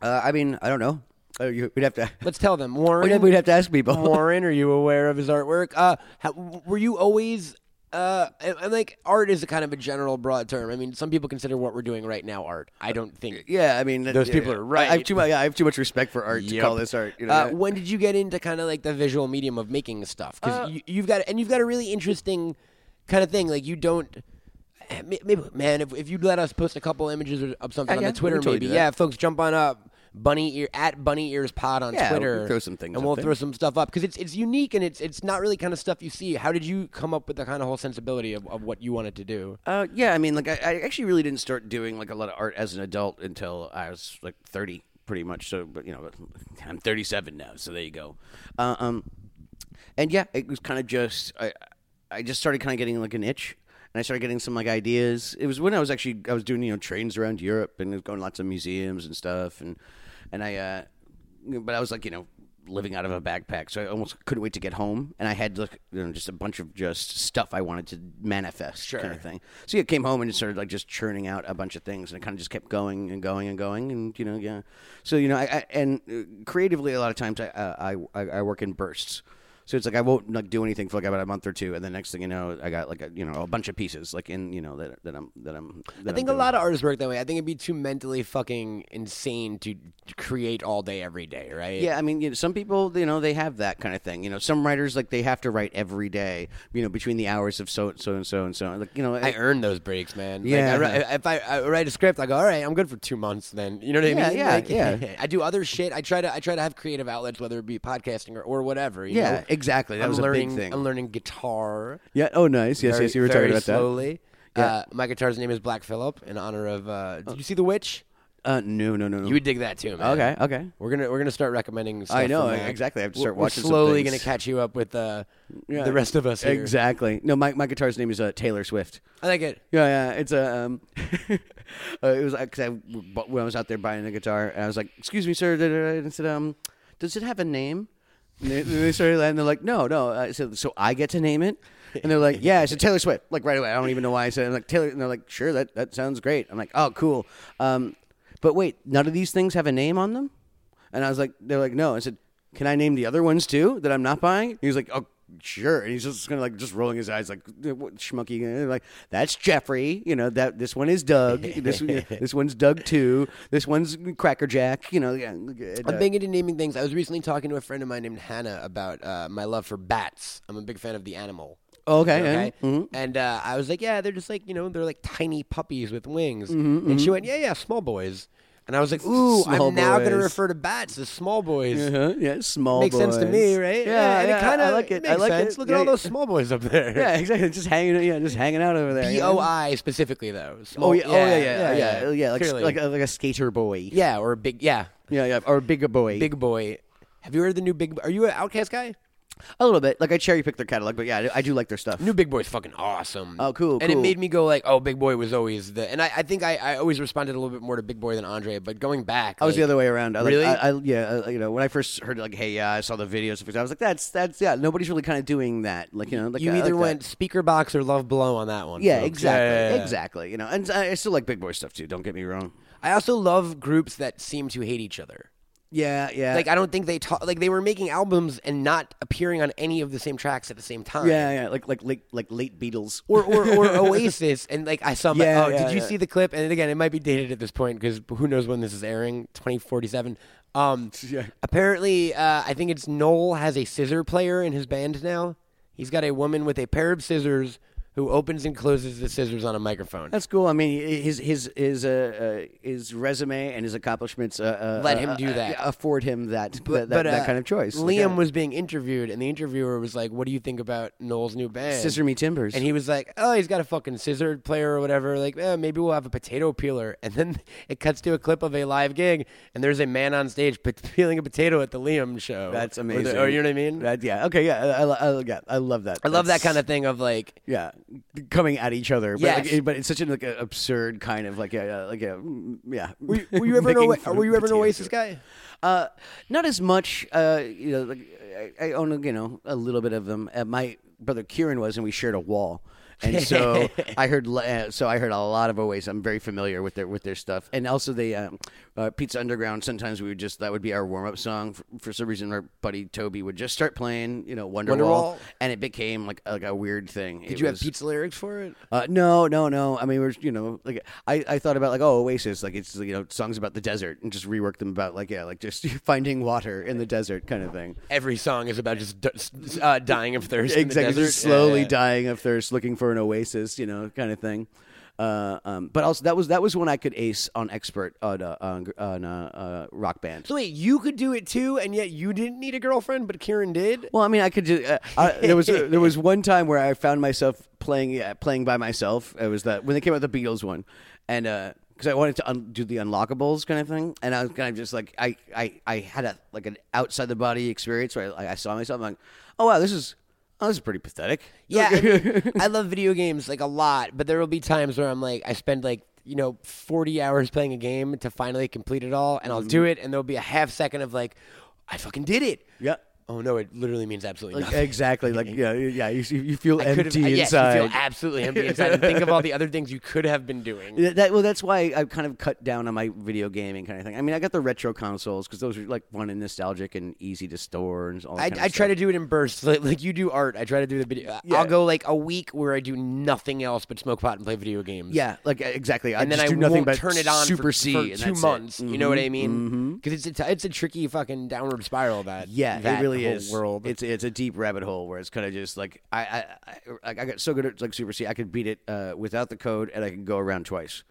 [SPEAKER 2] Uh, I mean, I don't know. Uh, you, we'd have to.
[SPEAKER 3] Let's tell them,
[SPEAKER 2] We'd
[SPEAKER 3] Warren.
[SPEAKER 2] have, we'd have to ask people.
[SPEAKER 3] Warren, are you aware of his artwork? Uh, how, were you always? Uh, and, and like art is a kind of a general broad term. I mean, some people consider what we're doing right now art. I don't think
[SPEAKER 2] yeah, I mean, that-
[SPEAKER 3] Those
[SPEAKER 2] yeah,
[SPEAKER 3] people
[SPEAKER 2] yeah. I,
[SPEAKER 3] are right.
[SPEAKER 2] have too much. Yeah, I have too much respect for art to
[SPEAKER 3] Yep.
[SPEAKER 2] call this art. You know,
[SPEAKER 3] Uh,
[SPEAKER 2] yeah.
[SPEAKER 3] when did you get into kind of like the visual medium of making stuff?
[SPEAKER 2] Uh,
[SPEAKER 3] Because you, have got and you've got a really interesting kind of thing. Like you don't. eh, may- Maybe, man, if, if you'd let us post a couple images or- of something
[SPEAKER 2] Yeah,
[SPEAKER 3] on
[SPEAKER 2] yeah, we
[SPEAKER 3] the Twitter,
[SPEAKER 2] can totally
[SPEAKER 3] maybe
[SPEAKER 2] do that.
[SPEAKER 3] yeah, folks, jump on up bunny ear at bunny ears pod on
[SPEAKER 2] Yeah,
[SPEAKER 3] Twitter.
[SPEAKER 2] we'll throw some things
[SPEAKER 3] and
[SPEAKER 2] up
[SPEAKER 3] we'll
[SPEAKER 2] there.
[SPEAKER 3] throw some stuff up because it's it's unique and it's it's not really kind of stuff you see. How did you come up with the kind of whole sensibility of, of what you wanted to do?
[SPEAKER 2] Uh, yeah, I mean, like I, I actually really didn't start doing like a lot of art as an adult until I was like thirty, pretty much. So, but you know, I'm thirty-seven now, so there you go. Uh, um, and yeah, it was kind of just I, I just started kind of getting like an itch, and I started getting some like ideas. It was when I was actually I was doing you know trains around Europe and going to lots of museums and stuff, and and I, uh, but I was like you know living out of a backpack, so I almost couldn't wait to get home. And I had like you know just a bunch of just stuff I wanted to manifest, kind of thing. So yeah, I came home and just started like just churning out a bunch of things, and it kind of just kept going and going and going, and you know yeah. So you know I, I and uh, creatively a lot of times I uh, I, I I work in bursts. So it's like I won't like do anything for like about a month or two, and the next thing you know, I got like a you know a bunch of pieces like in you know that that I'm that I'm. That
[SPEAKER 3] I think a lot of artists work that way. I think it'd be too mentally fucking insane to create all day every day, right?
[SPEAKER 2] Yeah, I mean, you know, some people, you know, they have that kind of thing. You know, some writers like they have to write every day. You know, between the hours of so so and so and so. Like you know,
[SPEAKER 3] I earn those breaks, man. Like,
[SPEAKER 2] Yeah.
[SPEAKER 3] I wri- if I, I write a script, I go, all right, I'm good for two months. Then you know what I
[SPEAKER 2] Yeah,
[SPEAKER 3] mean?
[SPEAKER 2] yeah,
[SPEAKER 3] Like,
[SPEAKER 2] yeah.
[SPEAKER 3] I do other shit. I try to I try to have creative outlets, whether it be podcasting or, or whatever. You
[SPEAKER 2] Yeah,
[SPEAKER 3] know?
[SPEAKER 2] Exactly. That
[SPEAKER 3] I'm
[SPEAKER 2] was a big
[SPEAKER 3] learning,
[SPEAKER 2] thing.
[SPEAKER 3] I'm learning guitar.
[SPEAKER 2] Yeah. Oh, nice. Yes,
[SPEAKER 3] very-
[SPEAKER 2] yes. You were
[SPEAKER 3] very
[SPEAKER 2] talking about
[SPEAKER 3] slowly.
[SPEAKER 2] Yeah.
[SPEAKER 3] Uh, my guitar's name is Black Phillip in honor of. Uh, did you see The Witch?
[SPEAKER 2] that. Uh, no, no, no, no.
[SPEAKER 3] You would dig that too, man.
[SPEAKER 2] okay. Okay.
[SPEAKER 3] We're gonna we're gonna start recommending. Stuff
[SPEAKER 2] I know
[SPEAKER 3] from, uh,
[SPEAKER 2] exactly. I have to
[SPEAKER 3] we're-
[SPEAKER 2] start
[SPEAKER 3] we're
[SPEAKER 2] watching. some
[SPEAKER 3] slowly
[SPEAKER 2] things.
[SPEAKER 3] gonna catch you up with uh,
[SPEAKER 2] Yeah.
[SPEAKER 3] the rest of us. Here.
[SPEAKER 2] Exactly. No, my my guitar's name is uh, Taylor Swift.
[SPEAKER 3] I like it.
[SPEAKER 2] Yeah, yeah. It's a. Um, uh, it was because I bu- when I was out there buying a guitar, and I was like, "Excuse me, sir," da, da, da," and I said, "Um, does it have a name?" And they, they started, and they're like, "No, no." I said, "So I get to name it?" And they're like, "Yeah." I said, "Taylor Swift." Like right away. I don't even know why I said. It. I'm like Taylor, and they're like, "Sure, that that sounds great." I'm like, "Oh, cool." Um, but wait, none of these things have a name on them. And I was like, they're like, "No." I said, "Can I name the other ones too that I'm not buying?" He was like, "Oh." sure and he's just kind of like just rolling his eyes like what schmucky And like that's jeffrey you know that this one is doug this one- this one's doug too this one's crackerjack you know yeah, and,
[SPEAKER 3] I'm
[SPEAKER 2] uh,
[SPEAKER 3] big into naming things. I was recently talking to a friend of mine named Hannah about uh, my love for bats. I'm a big fan of the animal.
[SPEAKER 2] okay,
[SPEAKER 3] Okay.
[SPEAKER 2] and- mhm.
[SPEAKER 3] And uh, I was like, yeah, they're just like, you know, they're like tiny puppies with wings. And she went, yeah, yeah, small boys. And I was like, ooh,
[SPEAKER 2] Mm-hmm, Small
[SPEAKER 3] I'm now going to
[SPEAKER 2] boys.
[SPEAKER 3] refer to bats as small boys.
[SPEAKER 2] Uh-huh, yeah small
[SPEAKER 3] Makes sense to
[SPEAKER 2] boys.
[SPEAKER 3] me, right?
[SPEAKER 2] yeah,
[SPEAKER 3] and
[SPEAKER 2] yeah,
[SPEAKER 3] it kind
[SPEAKER 2] i
[SPEAKER 3] of
[SPEAKER 2] like it i
[SPEAKER 3] makes
[SPEAKER 2] like
[SPEAKER 3] sense.
[SPEAKER 2] it
[SPEAKER 3] Look
[SPEAKER 2] Yeah,
[SPEAKER 3] at all those small boys up there.
[SPEAKER 2] yeah exactly just hanging yeah just hanging out over there you know?
[SPEAKER 3] BOI specifically though. Small-
[SPEAKER 2] oh yeah, oh yeah yeah yeah yeah,
[SPEAKER 3] yeah,
[SPEAKER 2] yeah, like,
[SPEAKER 3] clearly.
[SPEAKER 2] like, a, like a skater boy
[SPEAKER 3] yeah, or a big, yeah,
[SPEAKER 2] yeah yeah or a bigger boy
[SPEAKER 3] big boy. Have you heard of the new big? Are you an Outcast guy?
[SPEAKER 2] a little bit like i cherry picked their catalog but yeah I, I do like their stuff
[SPEAKER 3] New Big Boy's fucking awesome.
[SPEAKER 2] Oh, cool,
[SPEAKER 3] And
[SPEAKER 2] cool.
[SPEAKER 3] it made me go like, oh, Big Boy was always the. And I, I think I, I always responded a little bit more to Big Boy than Andre. But going back,
[SPEAKER 2] I was the other way around. I, like,
[SPEAKER 3] Really?
[SPEAKER 2] I, I, yeah, I, you know, when I first heard like, "Hey, yeah," I saw the videos. of it, I was like, "That's that's yeah." Nobody's really kind of doing that. Like you know, like
[SPEAKER 3] You
[SPEAKER 2] I like
[SPEAKER 3] either
[SPEAKER 2] that.
[SPEAKER 3] went speaker box or love blow on that one.
[SPEAKER 2] yeah,
[SPEAKER 3] folks.
[SPEAKER 2] exactly,
[SPEAKER 3] Yeah, yeah, yeah.
[SPEAKER 2] exactly. You know, and I, I still like big boy stuff too. Don't get me wrong.
[SPEAKER 3] I also love groups that seem to hate each other.
[SPEAKER 2] Yeah, yeah,
[SPEAKER 3] Like I don't think they talk. Like they were making albums and not appearing on any of the same tracks at the same time.
[SPEAKER 2] yeah, yeah, like like late like late Beatles.
[SPEAKER 3] or, or, or Oasis, and like I saw. My,
[SPEAKER 2] Yeah,
[SPEAKER 3] oh,
[SPEAKER 2] yeah,
[SPEAKER 3] did you
[SPEAKER 2] yeah.
[SPEAKER 3] see the clip? And again, it might be dated at this point because who knows when this is airing? Twenty forty seven. Um,
[SPEAKER 2] Yeah.
[SPEAKER 3] apparently, uh, I think it's Noel has a scissor player in his band now. He's got a woman with a pair of scissors who opens and closes the scissors on a microphone.
[SPEAKER 2] That's cool. I mean, his his his uh, uh, his resume and his accomplishments uh, uh,
[SPEAKER 3] Let
[SPEAKER 2] uh,
[SPEAKER 3] him do
[SPEAKER 2] uh,
[SPEAKER 3] that.
[SPEAKER 2] afford him that that,
[SPEAKER 3] But,
[SPEAKER 2] that
[SPEAKER 3] uh,
[SPEAKER 2] kind of choice. Like,
[SPEAKER 3] Liam
[SPEAKER 2] uh,
[SPEAKER 3] was being interviewed, and the interviewer was like, "What do you think about Noel's new band?"
[SPEAKER 2] Scissor Me Timbers,
[SPEAKER 3] And he was like, "Oh, he's got a fucking scissor player or whatever. Like, eh, maybe we'll have a potato peeler." And then it cuts to a clip of a live gig, and there's a man on stage pe- peeling a potato at the Liam show.
[SPEAKER 2] that's
[SPEAKER 3] Or Oh, the-
[SPEAKER 2] amazing.
[SPEAKER 3] Or, you know what I mean?
[SPEAKER 2] That- yeah. Okay. Yeah. I, I, I, yeah, I love that.
[SPEAKER 3] I love
[SPEAKER 2] That's-
[SPEAKER 3] that kind of thing of like,
[SPEAKER 2] yeah, coming at each other. But like,
[SPEAKER 3] Yes.
[SPEAKER 2] it- but it's such an like a absurd kind of like a uh, like a mm, yeah. Were
[SPEAKER 3] were you ever an, Oa- were you ever an Oasis guy?
[SPEAKER 2] Uh, not as much. Uh, you know, like, I, I own you know a little bit of them. Uh, my brother Kieran was, and we shared a wall. And so I heard, le- uh, so I heard a lot of Oasis. I'm very familiar with their with their stuff, and also they um, uh, Pizza Underground. Sometimes we would just that would be our warm up song. For, for some reason, our buddy Toby would just start playing, you know, Wonderwall,
[SPEAKER 3] Wonderwall?
[SPEAKER 2] and it became like like a weird thing.
[SPEAKER 3] Did you have pizza lyrics for it?
[SPEAKER 2] Uh, no, no, no. I mean, we're you know, like I, I thought about like oh Oasis, like it's you know songs about the desert, and just rework them about like yeah, like just finding water in the desert kind of thing.
[SPEAKER 3] Every song is about just d- s- uh, dying of thirst. in the
[SPEAKER 2] exactly,
[SPEAKER 3] desert.
[SPEAKER 2] just slowly
[SPEAKER 3] Yeah, yeah.
[SPEAKER 2] dying of thirst, looking for an oasis, you know, kind of thing. Uh, um, but also that was that was when I could ace on expert on uh, on, on uh, uh, rock band.
[SPEAKER 3] So wait, you could do it too, and yet you didn't need a girlfriend, but Kieran did.
[SPEAKER 2] Well, I mean, I could just. Uh, I, there was there was one time where I found myself playing uh, playing by myself. It was that when they came out the Beatles one, and because I wanted to un- do the unlockables kind of thing, and I was kind of just like I I, I had a like an outside the body experience where I, like, I saw myself. I'm like, oh wow, this is oh this is pretty pathetic.
[SPEAKER 3] Yeah, I, mean, I love video games like a lot, but there will be times where I'm like, I spend like you know 40 hours playing a game to finally complete it all, and I'll do
[SPEAKER 2] Mm-hmm.
[SPEAKER 3] it, and there'll be a half second of like, I fucking did it.
[SPEAKER 2] yeah.
[SPEAKER 3] Oh no, it literally means absolutely
[SPEAKER 2] Like,
[SPEAKER 3] nothing.
[SPEAKER 2] exactly, like yeah, yeah. You, you feel
[SPEAKER 3] I could've-
[SPEAKER 2] empty
[SPEAKER 3] yes,
[SPEAKER 2] inside.
[SPEAKER 3] you feel absolutely empty inside. and think of all the other things you could have been doing.
[SPEAKER 2] Yeah, That, well, that's why I kind of cut down on my video gaming kind of thing. I mean, I got the retro consoles because those are like fun and nostalgic and easy to store and all. That
[SPEAKER 3] I,
[SPEAKER 2] kind of
[SPEAKER 3] I try
[SPEAKER 2] stuff.
[SPEAKER 3] to do it in bursts, like, like you do art. I try to do the video.
[SPEAKER 2] Yeah.
[SPEAKER 3] I'll go like a week where I do nothing else but smoke pot and play video games.
[SPEAKER 2] Yeah, like exactly.
[SPEAKER 3] and
[SPEAKER 2] I
[SPEAKER 3] then
[SPEAKER 2] just
[SPEAKER 3] I
[SPEAKER 2] do nothing
[SPEAKER 3] won't
[SPEAKER 2] but
[SPEAKER 3] turn it on
[SPEAKER 2] super
[SPEAKER 3] for,
[SPEAKER 2] C
[SPEAKER 3] for
[SPEAKER 2] and
[SPEAKER 3] two
[SPEAKER 2] that's it. Mm-hmm.
[SPEAKER 3] months. You know what I mean? Because it's a t- it's a tricky fucking downward spiral that
[SPEAKER 2] Yeah,
[SPEAKER 3] that
[SPEAKER 2] it really
[SPEAKER 3] whole
[SPEAKER 2] is.
[SPEAKER 3] world.
[SPEAKER 2] It's it's a deep rabbit hole where it's kind of just like I I, I like, I got so good at like Super C, I could beat it uh, without the code, and I could go around twice.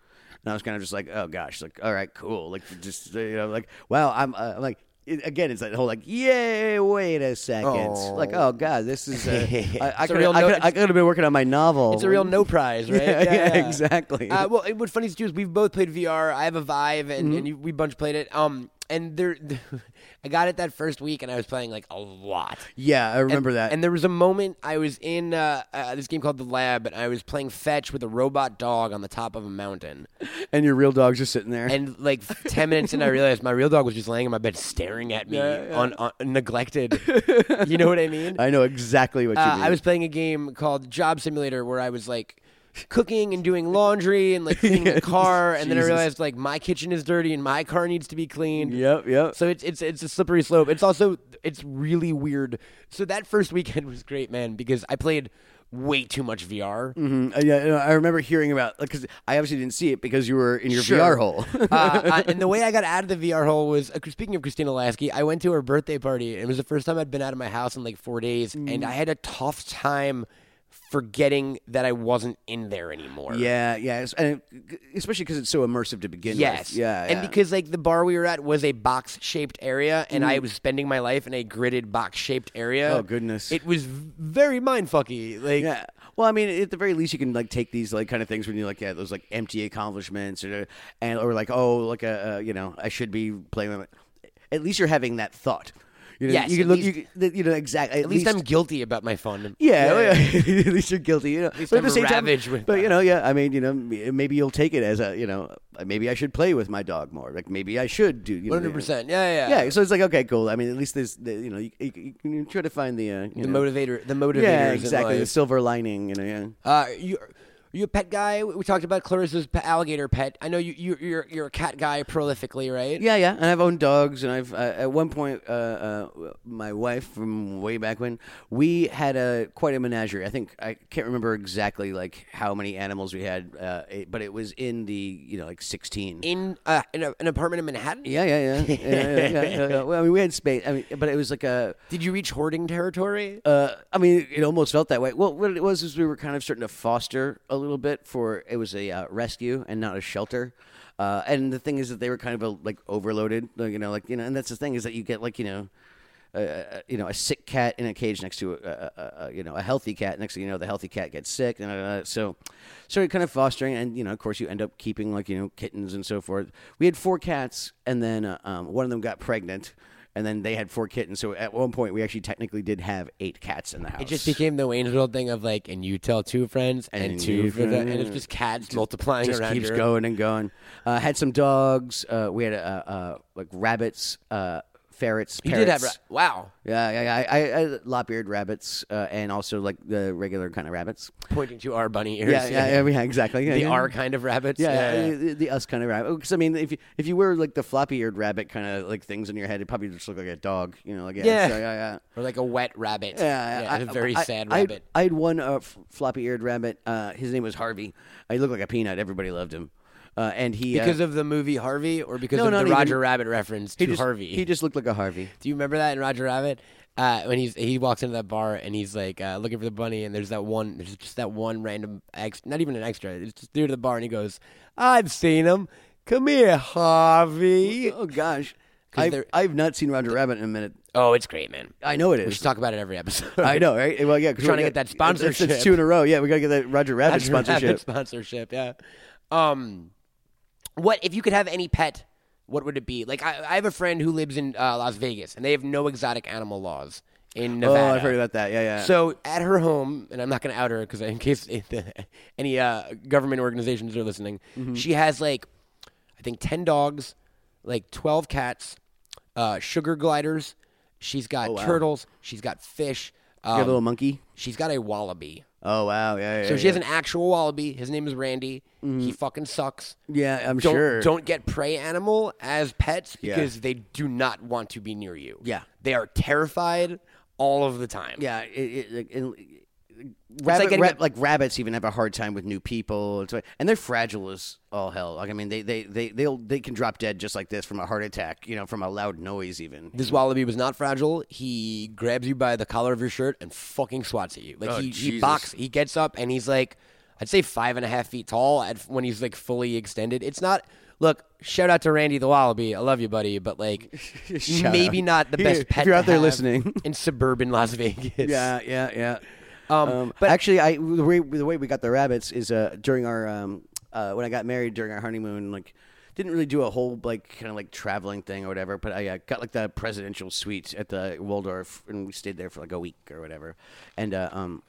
[SPEAKER 2] And I was kind of just like, oh gosh, like all right, cool, like just you know, like wow, I'm uh, I'm like it, again, it's that whole like, yay, wait a second.
[SPEAKER 3] Oh.
[SPEAKER 2] Like, oh god, this is. A, I, I
[SPEAKER 3] It's a
[SPEAKER 2] could
[SPEAKER 3] real
[SPEAKER 2] I
[SPEAKER 3] no-
[SPEAKER 2] could I could have been working on my novel.
[SPEAKER 3] It's a real no prize, right?
[SPEAKER 2] Yeah, yeah, exactly.
[SPEAKER 3] Uh, well, it- what's funny is too is we've both played VR. I have a Vive, and,
[SPEAKER 2] Mm-hmm.
[SPEAKER 3] and you, we bunch played it. Um, and there, I got it that first week, and I was playing like a lot.
[SPEAKER 2] Yeah, I remember
[SPEAKER 3] and,
[SPEAKER 2] that.
[SPEAKER 3] And there was a moment I was in uh, uh, this game called The Lab, and I was playing fetch with a robot dog on the top of a mountain.
[SPEAKER 2] and your real dog's just sitting there.
[SPEAKER 3] And like ten minutes in, I realized my real dog was just laying in my bed, staring at me,
[SPEAKER 2] Yeah, yeah.
[SPEAKER 3] On, on neglected. you know what I mean?
[SPEAKER 2] I know exactly what you
[SPEAKER 3] Uh,
[SPEAKER 2] mean.
[SPEAKER 3] I was playing a game called Job Simulator where I was like cooking and doing laundry and like cleaning the
[SPEAKER 2] Yes,
[SPEAKER 3] car, and then I
[SPEAKER 2] Jesus.
[SPEAKER 3] realized like my kitchen is dirty and my car needs to be cleaned.
[SPEAKER 2] Yep, yep.
[SPEAKER 3] So it's it's it's a slippery slope. It's also it's really weird. So that first weekend was great, man, because I played way too much VR.
[SPEAKER 2] Mm, uh, yeah, no, I remember hearing about because I obviously didn't see it because you were in your
[SPEAKER 3] Sure.
[SPEAKER 2] VR hole.
[SPEAKER 3] uh, I- and the way I got out of the VR hole was uh, speaking of Christina Lasky, I went to her birthday party. And it was the first time I'd been out of my house in like four days,
[SPEAKER 2] Mm.
[SPEAKER 3] and I had a tough time forgetting that I wasn't in there anymore.
[SPEAKER 2] yeah, yeah, it's- and it- especially because it's so immersive to begin
[SPEAKER 3] Yes.
[SPEAKER 2] with. Yeah,
[SPEAKER 3] And
[SPEAKER 2] yeah.
[SPEAKER 3] because like the bar we were at was a box shaped area, and I was spending my life in a gridded box shaped area.
[SPEAKER 2] Mm. Oh, goodness.
[SPEAKER 3] It was v- very mind fucky. Like
[SPEAKER 2] Yeah. Well, I mean, at the very least, you can like take these like kind of things when you're like, yeah, those like empty accomplishments, or and or like, oh, like a uh, you know, I should be playing. with my- At least you're having that thought. You know,
[SPEAKER 3] Yes,
[SPEAKER 2] you can
[SPEAKER 3] at
[SPEAKER 2] look.
[SPEAKER 3] least-
[SPEAKER 2] you, can- you know exactly.
[SPEAKER 3] at least, I'm guilty about my fun.
[SPEAKER 2] Yeah, at least you're guilty. You know,
[SPEAKER 3] least
[SPEAKER 2] but at
[SPEAKER 3] I'm
[SPEAKER 2] the same time,
[SPEAKER 3] ravaged with
[SPEAKER 2] but
[SPEAKER 3] that.
[SPEAKER 2] you know, yeah. I mean, you know, m- maybe you'll take it as a, you know, uh, maybe I should play with my dog more. Like maybe I should do. you know,
[SPEAKER 3] hundred percent. Yeah, yeah.
[SPEAKER 2] Yeah, so it's like okay, cool. I mean, at least there's, the, you know, you, you, you try to find the, uh, you
[SPEAKER 3] The
[SPEAKER 2] know,
[SPEAKER 3] motivator. The motivators.
[SPEAKER 2] Yeah,
[SPEAKER 3] in
[SPEAKER 2] exactly. The
[SPEAKER 3] life.
[SPEAKER 2] silver lining. You know, yeah.
[SPEAKER 3] Uh, you are you a pet guy? We talked about Clarissa's pe- alligator pet. I know you you you're you're a cat guy prolifically, right?
[SPEAKER 2] Yeah, yeah, and I've owned dogs, and I've uh, at one point, uh, uh, my wife from way back when, we had a quite a menagerie. I think I can't remember exactly like how many animals we had, uh, it, but it was in the you know like sixteen.
[SPEAKER 3] In uh, in a, an apartment in Manhattan.
[SPEAKER 2] yeah, yeah, yeah. yeah, yeah, yeah, yeah, yeah. Well, I mean, we had space. I mean, but it was like a.
[SPEAKER 3] Did you reach hoarding territory?
[SPEAKER 2] Uh, I mean, it almost felt that way. Well, what it was is we were kind of starting to foster a little bit for it was a uh, rescue and not a shelter. Uh, and the thing is that they were kind of uh like overloaded, like, you know, like you know, and that's the thing is that you get like you know, uh, uh, you know, a sick cat in a cage next to a, a, a, a you know a healthy cat. Next thing you know, the healthy cat gets sick, and uh, so started kind of fostering, and you know, of course, you end up keeping like you know kittens and so forth. We had four cats, and then uh, um, one of them got pregnant and then they had four kittens. So at one point, we actually technically did have eight cats in the house.
[SPEAKER 3] It just became the Wayne's World thing of like, and you tell two friends and,
[SPEAKER 2] And
[SPEAKER 3] two
[SPEAKER 2] you-
[SPEAKER 3] friends, and it's just cats multiplying
[SPEAKER 2] just
[SPEAKER 3] around
[SPEAKER 2] keeps
[SPEAKER 3] your-
[SPEAKER 2] going and going. Uh, had some dogs. Uh, we had uh, uh, like rabbits, uh, ferrets.
[SPEAKER 3] You did have
[SPEAKER 2] parrots.
[SPEAKER 3] ra- wow
[SPEAKER 2] Yeah, yeah, I, I, I lop-eared rabbits uh, and also like the regular kind of rabbits.
[SPEAKER 3] pointing to our bunny ears.
[SPEAKER 2] Yeah, yeah, yeah, yeah exactly. Yeah,
[SPEAKER 3] the
[SPEAKER 2] yeah.
[SPEAKER 3] our kind of rabbits.
[SPEAKER 2] Yeah, uh, The, the us kind of rabbit. Because I mean, if you if you wear like the floppy-eared rabbit kind of like things in your head, it probably just look like a dog. You know, like
[SPEAKER 3] Yeah.
[SPEAKER 2] yeah, so, yeah, yeah.
[SPEAKER 3] or like a wet rabbit.
[SPEAKER 2] Yeah, Uh, I-
[SPEAKER 3] a very
[SPEAKER 2] I-
[SPEAKER 3] sad
[SPEAKER 2] I-
[SPEAKER 3] rabbit.
[SPEAKER 2] I, had one uh, f- floppy-eared rabbit. Uh, his name was Harvey. He looked like a peanut. Everybody loved him, uh, and he
[SPEAKER 3] Because
[SPEAKER 2] uh,
[SPEAKER 3] of the movie Harvey, or because
[SPEAKER 2] No,
[SPEAKER 3] of the
[SPEAKER 2] not even-
[SPEAKER 3] Roger Rabbit reference to
[SPEAKER 2] he just,
[SPEAKER 3] Harvey.
[SPEAKER 2] He just looked like a Harvey.
[SPEAKER 3] Do you remember that in Roger Rabbit? Uh, when he's he walks into that bar and he's like uh, looking for the bunny and there's that one there's just that one random ex not even an extra it's just near to the bar and he goes I've seen him come here Harvey
[SPEAKER 2] Oh gosh,
[SPEAKER 3] 'Cause
[SPEAKER 2] I've,
[SPEAKER 3] they're-
[SPEAKER 2] I've not seen Roger Rabbit in a minute.
[SPEAKER 3] oh it's great man
[SPEAKER 2] I know it
[SPEAKER 3] we
[SPEAKER 2] is.
[SPEAKER 3] should talk about it every episode
[SPEAKER 2] I know, right? Well, yeah, 'cause
[SPEAKER 3] Trying
[SPEAKER 2] we
[SPEAKER 3] to get
[SPEAKER 2] got- it's- it's-
[SPEAKER 3] that sponsorship.
[SPEAKER 2] It's two in a row. Yeah, we gotta get that Roger Rabbit
[SPEAKER 3] Roger Rabbit
[SPEAKER 2] sponsorship.
[SPEAKER 3] sponsorship yeah um what if you could have any pet what would it be like I, I have a friend who lives in uh, Las Vegas and they have no exotic animal laws in
[SPEAKER 2] Oh,
[SPEAKER 3] Nevada
[SPEAKER 2] I've heard about that. Yeah, yeah.
[SPEAKER 3] So at her home, and I'm not going to out her because in case any uh, government organizations are listening,
[SPEAKER 2] Mm-hmm.
[SPEAKER 3] she has like I think ten dogs, like twelve cats, uh, sugar gliders. She's got turtles. She's got fish.
[SPEAKER 2] Oh, you got a
[SPEAKER 3] Um,
[SPEAKER 2] little monkey.
[SPEAKER 3] she's got a wallaby.
[SPEAKER 2] Oh wow, yeah, yeah.
[SPEAKER 3] So
[SPEAKER 2] yeah,
[SPEAKER 3] she has an actual wallaby. His name is Randy. He fucking sucks.
[SPEAKER 2] yeah, I'm
[SPEAKER 3] Don't
[SPEAKER 2] sure.
[SPEAKER 3] don't get prey animal as pets
[SPEAKER 2] Yeah.
[SPEAKER 3] because they do not want to be near you.
[SPEAKER 2] Yeah.
[SPEAKER 3] they are terrified all of the time.
[SPEAKER 2] Yeah, it, it, like, it- rabbit,
[SPEAKER 3] like
[SPEAKER 2] like,
[SPEAKER 3] getting
[SPEAKER 2] rab-
[SPEAKER 3] a-
[SPEAKER 2] like rabbits even have a hard time with new people, It's like- and they're fragile as all hell. Like I mean, they they they they'll, they can drop dead just like this from a heart attack, you know, from a loud noise even.
[SPEAKER 3] This wallaby was not fragile. He grabs you by the collar of your shirt and fucking swats at you. Like he, he
[SPEAKER 2] Oh, Jesus.
[SPEAKER 3] box. He gets up and he's like, I'd say five and a half feet tall at, when he's like fully extended. It's not look, shout out to Randy the Wallaby. I love you, buddy, but like
[SPEAKER 2] Shout
[SPEAKER 3] maybe
[SPEAKER 2] out.
[SPEAKER 3] not the
[SPEAKER 2] If
[SPEAKER 3] best
[SPEAKER 2] you're-
[SPEAKER 3] pet.
[SPEAKER 2] if you're
[SPEAKER 3] to
[SPEAKER 2] out there
[SPEAKER 3] have
[SPEAKER 2] listening.
[SPEAKER 3] in suburban Las Vegas.
[SPEAKER 2] Yeah, yeah, yeah.
[SPEAKER 3] Um,
[SPEAKER 2] but actually, I the way, the way we got the rabbits is uh, during our um, uh, when I got married during our honeymoon. Like, didn't really do a whole like kind of like traveling thing or whatever. But I uh, got like the presidential suite at the Waldorf, and we stayed there for like a week or whatever. And uh, um,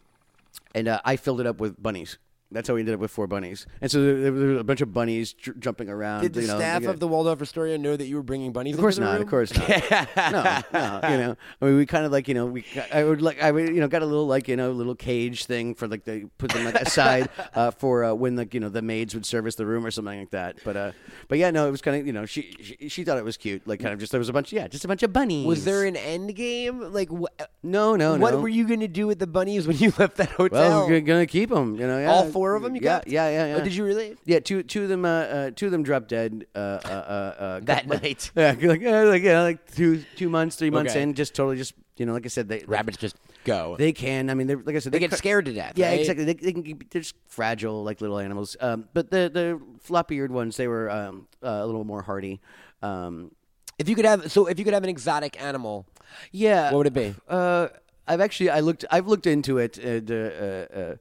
[SPEAKER 2] and uh, I filled it up with bunnies. That's how we ended up with four bunnies. And so there, there was a bunch of bunnies j- jumping around.
[SPEAKER 3] Did the
[SPEAKER 2] you know,
[SPEAKER 3] staff
[SPEAKER 2] like a-
[SPEAKER 3] of the Waldorf Astoria know that you were bringing bunnies?
[SPEAKER 2] of course not. Of course not. no, no. You know, I mean, we kind of like you know, we I would like I would you know got a little like you know little cage thing for like they put them like aside uh, for uh, when like you know the maids would service the room or something like that. But uh, but yeah, no, it was kind of you know she, she she thought it was cute, like kind of just there was a bunch, yeah, just a bunch of bunnies.
[SPEAKER 3] Was there an end game? Like, wh-
[SPEAKER 2] No, no,
[SPEAKER 3] what
[SPEAKER 2] no.
[SPEAKER 3] were you going to do with the bunnies when you left that hotel?
[SPEAKER 2] Well, we're gonna keep them. You know, yeah.
[SPEAKER 3] All four of them you
[SPEAKER 2] yeah,
[SPEAKER 3] got?
[SPEAKER 2] yeah, yeah, yeah.
[SPEAKER 3] Oh, did you really?
[SPEAKER 2] Yeah, two two of them uh, uh, two of them dropped dead uh, uh, uh, uh,
[SPEAKER 3] That night.
[SPEAKER 2] Yeah, like uh, like, yeah, like two two months, three months
[SPEAKER 3] Okay.
[SPEAKER 2] in, just totally just you know, like I said, they
[SPEAKER 3] Rabbits just go.
[SPEAKER 2] They can. I mean, they're, like I said,
[SPEAKER 3] They
[SPEAKER 2] they're
[SPEAKER 3] get
[SPEAKER 2] cr-
[SPEAKER 3] scared to death,
[SPEAKER 2] Yeah,
[SPEAKER 3] right?
[SPEAKER 2] exactly. They, they can. Keep, they're just fragile, like little animals. Um, but the the floppy-eared ones, they were um, uh, a little more hardy. Um,
[SPEAKER 3] if you could have, so if you could have an exotic animal,
[SPEAKER 2] yeah.
[SPEAKER 3] What would it be?
[SPEAKER 2] Uh, I've actually I looked I've looked into it and uh, uh, uh,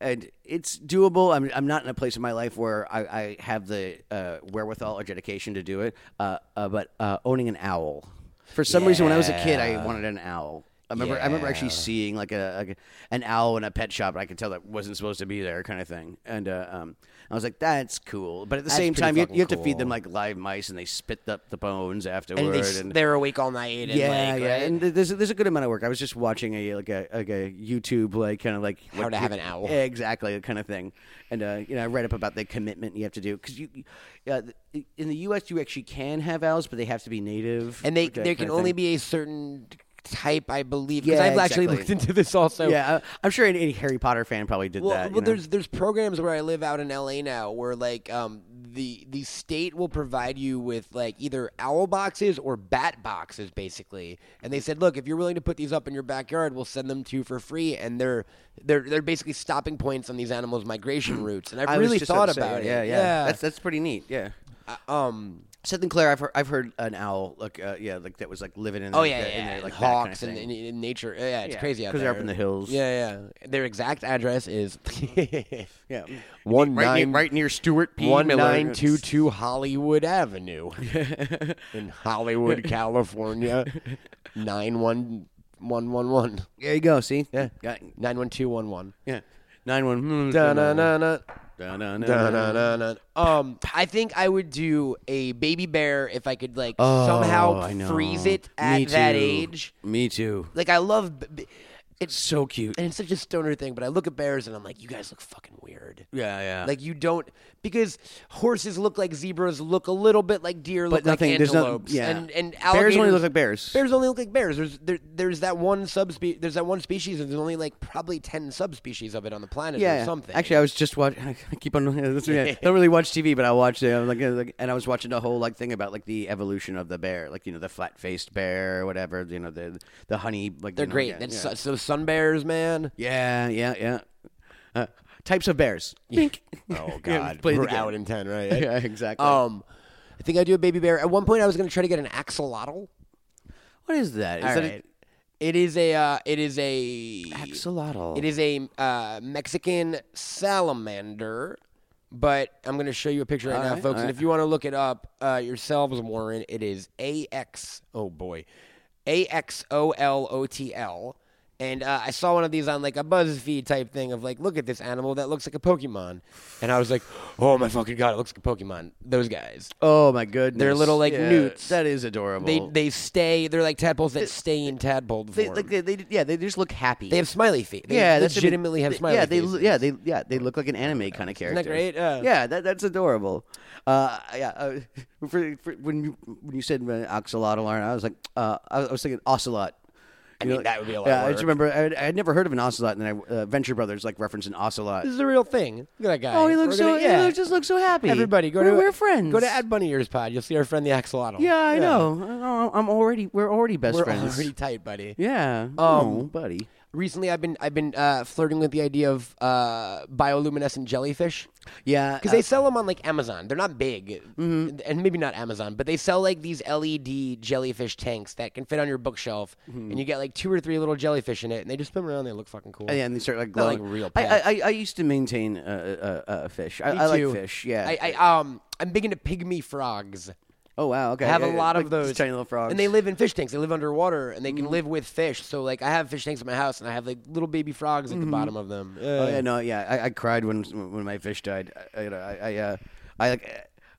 [SPEAKER 2] and it's doable. I'm I'm not in a place in my life where I, I have the uh, wherewithal or dedication to do it. Uh, uh, but uh, owning an owl. For some reason, when I was a kid, I wanted an owl. I remember I remember actually seeing like a like a- an owl in a pet shop, and I could tell that wasn't supposed to be there, kind of thing. And uh, um, I was like, "That's cool," but at the same
[SPEAKER 3] pretty
[SPEAKER 2] time, you,
[SPEAKER 3] fucking
[SPEAKER 2] you have to feed
[SPEAKER 3] cool.
[SPEAKER 2] them like live mice, and they spit up the bones afterward.
[SPEAKER 3] and, they, s- they're awake all night. And
[SPEAKER 2] Yeah,
[SPEAKER 3] like,
[SPEAKER 2] yeah,
[SPEAKER 3] right?
[SPEAKER 2] and th- there's there's a good amount of work. I was just watching a like a like a YouTube like kind of like
[SPEAKER 3] How
[SPEAKER 2] like-
[SPEAKER 3] to have an owl.
[SPEAKER 2] exactly that kind of thing, and uh, you know I read up about the commitment you have to do because you, uh, th- in the U.S. you actually can have owls, but they have to be native,
[SPEAKER 3] and they
[SPEAKER 2] that
[SPEAKER 3] there
[SPEAKER 2] kind
[SPEAKER 3] can
[SPEAKER 2] of
[SPEAKER 3] only
[SPEAKER 2] thing.
[SPEAKER 3] be a certain type, I believe. Because
[SPEAKER 2] Yeah,
[SPEAKER 3] I've actually
[SPEAKER 2] exactly.
[SPEAKER 3] looked into this also.
[SPEAKER 2] yeah. I, I'm sure any, any Harry Potter fan probably did
[SPEAKER 3] Well,
[SPEAKER 2] that.
[SPEAKER 3] well
[SPEAKER 2] you know?
[SPEAKER 3] there's there's programs where I live out in LA now where like um the the state will provide you with like either owl boxes or bat boxes basically. And they said, "Look, if you're willing to put these up in your backyard, we'll send them to you for free." And they're they're they're basically stopping points on these animals' migration routes. And I've
[SPEAKER 2] I was
[SPEAKER 3] really
[SPEAKER 2] just about to
[SPEAKER 3] thought
[SPEAKER 2] say,
[SPEAKER 3] about it.
[SPEAKER 2] Yeah, yeah, That's that's pretty neat. Yeah.
[SPEAKER 3] Uh, um
[SPEAKER 2] Seth and Claire, I've heard, I've heard an owl, like uh, yeah, like that was like living in.
[SPEAKER 3] Oh
[SPEAKER 2] the-
[SPEAKER 3] yeah,
[SPEAKER 2] the-
[SPEAKER 3] yeah,
[SPEAKER 2] in
[SPEAKER 3] yeah.
[SPEAKER 2] there, like that kind
[SPEAKER 3] and
[SPEAKER 2] of
[SPEAKER 3] hawks and,
[SPEAKER 2] thing.
[SPEAKER 3] and, and nature. Yeah, it's
[SPEAKER 2] Yeah,
[SPEAKER 3] crazy out
[SPEAKER 2] 'cause they're
[SPEAKER 3] there.
[SPEAKER 2] up in the hills.
[SPEAKER 3] Yeah, yeah. Their exact address is
[SPEAKER 2] yeah,
[SPEAKER 3] one
[SPEAKER 2] right
[SPEAKER 3] nine
[SPEAKER 2] near, right near Stuart P.
[SPEAKER 3] one
[SPEAKER 2] Miller.
[SPEAKER 3] nine two two Hollywood Avenue in Hollywood, California. Nine one one one one.
[SPEAKER 2] There you go. See, yeah, got,
[SPEAKER 3] Nine one two one one.
[SPEAKER 2] yeah, nine one.
[SPEAKER 3] Da na na na.
[SPEAKER 2] Da, na, na,
[SPEAKER 3] Da,
[SPEAKER 2] na.
[SPEAKER 3] na, na, na. Um, I think I would do a baby bear if I could like somehow
[SPEAKER 2] Oh, I know.
[SPEAKER 3] freeze it at
[SPEAKER 2] Me
[SPEAKER 3] that
[SPEAKER 2] too.
[SPEAKER 3] age.
[SPEAKER 2] Me too.
[SPEAKER 3] Like I love, b- b- it's
[SPEAKER 2] So cute.
[SPEAKER 3] and it's such a stoner thing. But I look at bears and I'm like, you guys look fucking weird.
[SPEAKER 2] Yeah, yeah.
[SPEAKER 3] Like you don't because horses look like zebras, look a little bit like deer, look like
[SPEAKER 2] there's no-
[SPEAKER 3] antelopes,
[SPEAKER 2] yeah.
[SPEAKER 3] and and alligators.
[SPEAKER 2] bears only look like bears.
[SPEAKER 3] Bears only look like bears. There's there, there's that one subspe there's that one species, and there's only like probably ten subspecies of it on the planet
[SPEAKER 2] Yeah,
[SPEAKER 3] or
[SPEAKER 2] yeah.
[SPEAKER 3] something.
[SPEAKER 2] Actually, I was just watching. I keep on. That's, yeah. I don't really watch TV, but I watched it. I was like, uh, like- and I was watching a whole like thing about like the evolution of the bear, like you know the flat-faced bear or whatever. You know the the honey. Like
[SPEAKER 3] they're great.
[SPEAKER 2] Yeah,
[SPEAKER 3] That's
[SPEAKER 2] yeah.
[SPEAKER 3] so, so sun bears, man.
[SPEAKER 2] yeah, yeah, yeah. Uh, types of bears. Bink.
[SPEAKER 3] Oh
[SPEAKER 2] Yeah,
[SPEAKER 3] God,
[SPEAKER 2] play the
[SPEAKER 3] we're
[SPEAKER 2] game.
[SPEAKER 3] out in ten, right?
[SPEAKER 2] yeah, exactly.
[SPEAKER 3] Um, I think I do a baby bear. At one point, I was going to try to get an axolotl.
[SPEAKER 2] what is that? Is
[SPEAKER 3] All
[SPEAKER 2] that
[SPEAKER 3] right. it is a. Uh, it is a.
[SPEAKER 2] a axolotl?
[SPEAKER 3] It is a uh, Mexican salamander, but I'm going to show you a picture right now,
[SPEAKER 2] right,
[SPEAKER 3] folks.
[SPEAKER 2] all
[SPEAKER 3] And if you want to look it up uh, yourselves, Warren, it is AX. Oh boy, A X O L O T L. And uh, I saw one of these on like a BuzzFeed type thing of like, look at this animal that looks like a Pokemon, and I was like, oh my fucking god, it looks like a Pokemon. Those guys,
[SPEAKER 2] Oh my goodness!
[SPEAKER 3] They're little, like, newts.
[SPEAKER 2] That is adorable.
[SPEAKER 3] they they stay, they're like tadpoles that stay in tadpole form.
[SPEAKER 2] they
[SPEAKER 3] They,
[SPEAKER 2] like they, they yeah they just look happy.
[SPEAKER 3] have smiley feet. They
[SPEAKER 2] yeah, that's a bit-
[SPEAKER 3] legitimately have
[SPEAKER 2] they-
[SPEAKER 3] smiley.
[SPEAKER 2] Yeah, they
[SPEAKER 3] faces.
[SPEAKER 2] yeah they yeah they look like an anime kind of character.
[SPEAKER 3] great? Yeah.
[SPEAKER 2] yeah, that, that's adorable. Uh, yeah, uh, for, for, when you when you said uh, axolotl, Lauren, I was like, uh, I was- I was thinking ocelot. I
[SPEAKER 3] mean, that would be a lot
[SPEAKER 2] Yeah, I
[SPEAKER 3] worse.
[SPEAKER 2] just remember I, I had never heard of an ocelot, and then I, uh, Venture Brothers like referenced an ocelot.
[SPEAKER 3] This is a real thing. Look at that guy.
[SPEAKER 2] Oh, he looks
[SPEAKER 3] We're gonna-
[SPEAKER 2] so
[SPEAKER 3] yeah.
[SPEAKER 2] he looks, just looks so happy.
[SPEAKER 3] Everybody, go
[SPEAKER 2] we're,
[SPEAKER 3] to
[SPEAKER 2] we're friends.
[SPEAKER 3] Go to Ad Bunny Ears Pod. You'll see our friend the Axolotl.
[SPEAKER 2] yeah, I know. I- I'm already we're already best
[SPEAKER 3] We're Um,
[SPEAKER 2] friends.
[SPEAKER 3] already tight, buddy.
[SPEAKER 2] yeah. Oh, buddy.
[SPEAKER 3] recently I've been I've been uh, flirting with the idea of uh, bioluminescent jellyfish
[SPEAKER 2] Yeah,
[SPEAKER 3] because they sell them on like Amazon. They're not big,
[SPEAKER 2] Mm-hmm.
[SPEAKER 3] and maybe not Amazon, but they sell like these LED jellyfish tanks that can fit on your bookshelf,
[SPEAKER 2] Mm-hmm.
[SPEAKER 3] and you get like two or three little jellyfish in it, and they just swim around. They look fucking cool.
[SPEAKER 2] Yeah, and they start like
[SPEAKER 3] They're,
[SPEAKER 2] glowing.
[SPEAKER 3] like, real
[SPEAKER 2] I, I,
[SPEAKER 3] pets.
[SPEAKER 2] I- I used to maintain a, a, a fish. I,
[SPEAKER 3] Me
[SPEAKER 2] I like
[SPEAKER 3] too.
[SPEAKER 2] fish. Yeah.
[SPEAKER 3] I, I um I'm big into pygmy frogs.
[SPEAKER 2] oh wow. Okay.
[SPEAKER 3] I have
[SPEAKER 2] Yeah,
[SPEAKER 3] a
[SPEAKER 2] yeah,
[SPEAKER 3] lot
[SPEAKER 2] like
[SPEAKER 3] of
[SPEAKER 2] these
[SPEAKER 3] those
[SPEAKER 2] tiny little frogs. Mm-hmm.
[SPEAKER 3] and they live in fish tanks. They live underwater, and they can live with fish. So like, I have fish tanks at my house, and I have like little baby frogs at the bottom of them.
[SPEAKER 2] Oh Mm-hmm. yeah, no, yeah. I, I cried when when my fish died. I, I, I, uh, I like.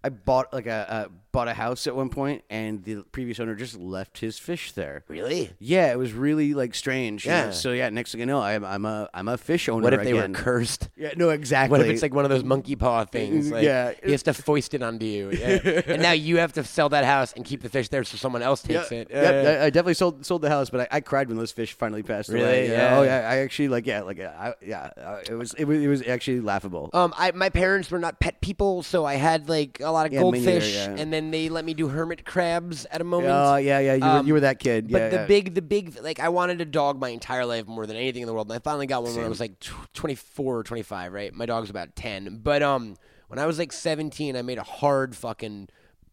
[SPEAKER 2] I bought like a uh, bought a house at one point, and the previous owner just left his fish there.
[SPEAKER 3] Really?
[SPEAKER 2] Yeah, it was really like strange. you know?
[SPEAKER 3] Yeah.
[SPEAKER 2] So yeah, next thing I know, I'm I'm a I'm a fish owner.
[SPEAKER 3] What if they
[SPEAKER 2] again.
[SPEAKER 3] were cursed?
[SPEAKER 2] Yeah, no, exactly.
[SPEAKER 3] What if it's like one of those monkey paw things? Like,
[SPEAKER 2] Yeah.
[SPEAKER 3] he has to foist it onto you, yeah. and now you have to sell that house and keep the fish there so someone else takes
[SPEAKER 2] Yeah,
[SPEAKER 3] it.
[SPEAKER 2] yeah, I- I definitely sold sold the house, but I, I cried when those fish finally passed
[SPEAKER 3] Really?
[SPEAKER 2] away.
[SPEAKER 3] Yeah.
[SPEAKER 2] Oh yeah, I actually like yeah, like I, yeah, uh, it was it was it was actually laughable.
[SPEAKER 3] Um, I my parents were not pet people, so I had like a lot of
[SPEAKER 2] Yeah, me neither,
[SPEAKER 3] goldfish,
[SPEAKER 2] yeah.
[SPEAKER 3] and then they let me do hermit crabs at a moment.
[SPEAKER 2] Oh yeah, yeah, you, were,
[SPEAKER 3] Um,
[SPEAKER 2] you were that kid.
[SPEAKER 3] But
[SPEAKER 2] yeah,
[SPEAKER 3] the
[SPEAKER 2] yeah.
[SPEAKER 3] big, the big, like I wanted a dog my entire life more than anything in the world, and I finally got one when I was like tw- 24 or 25, right? My dog's about 10, but um, when I was like 17, I made a hard fucking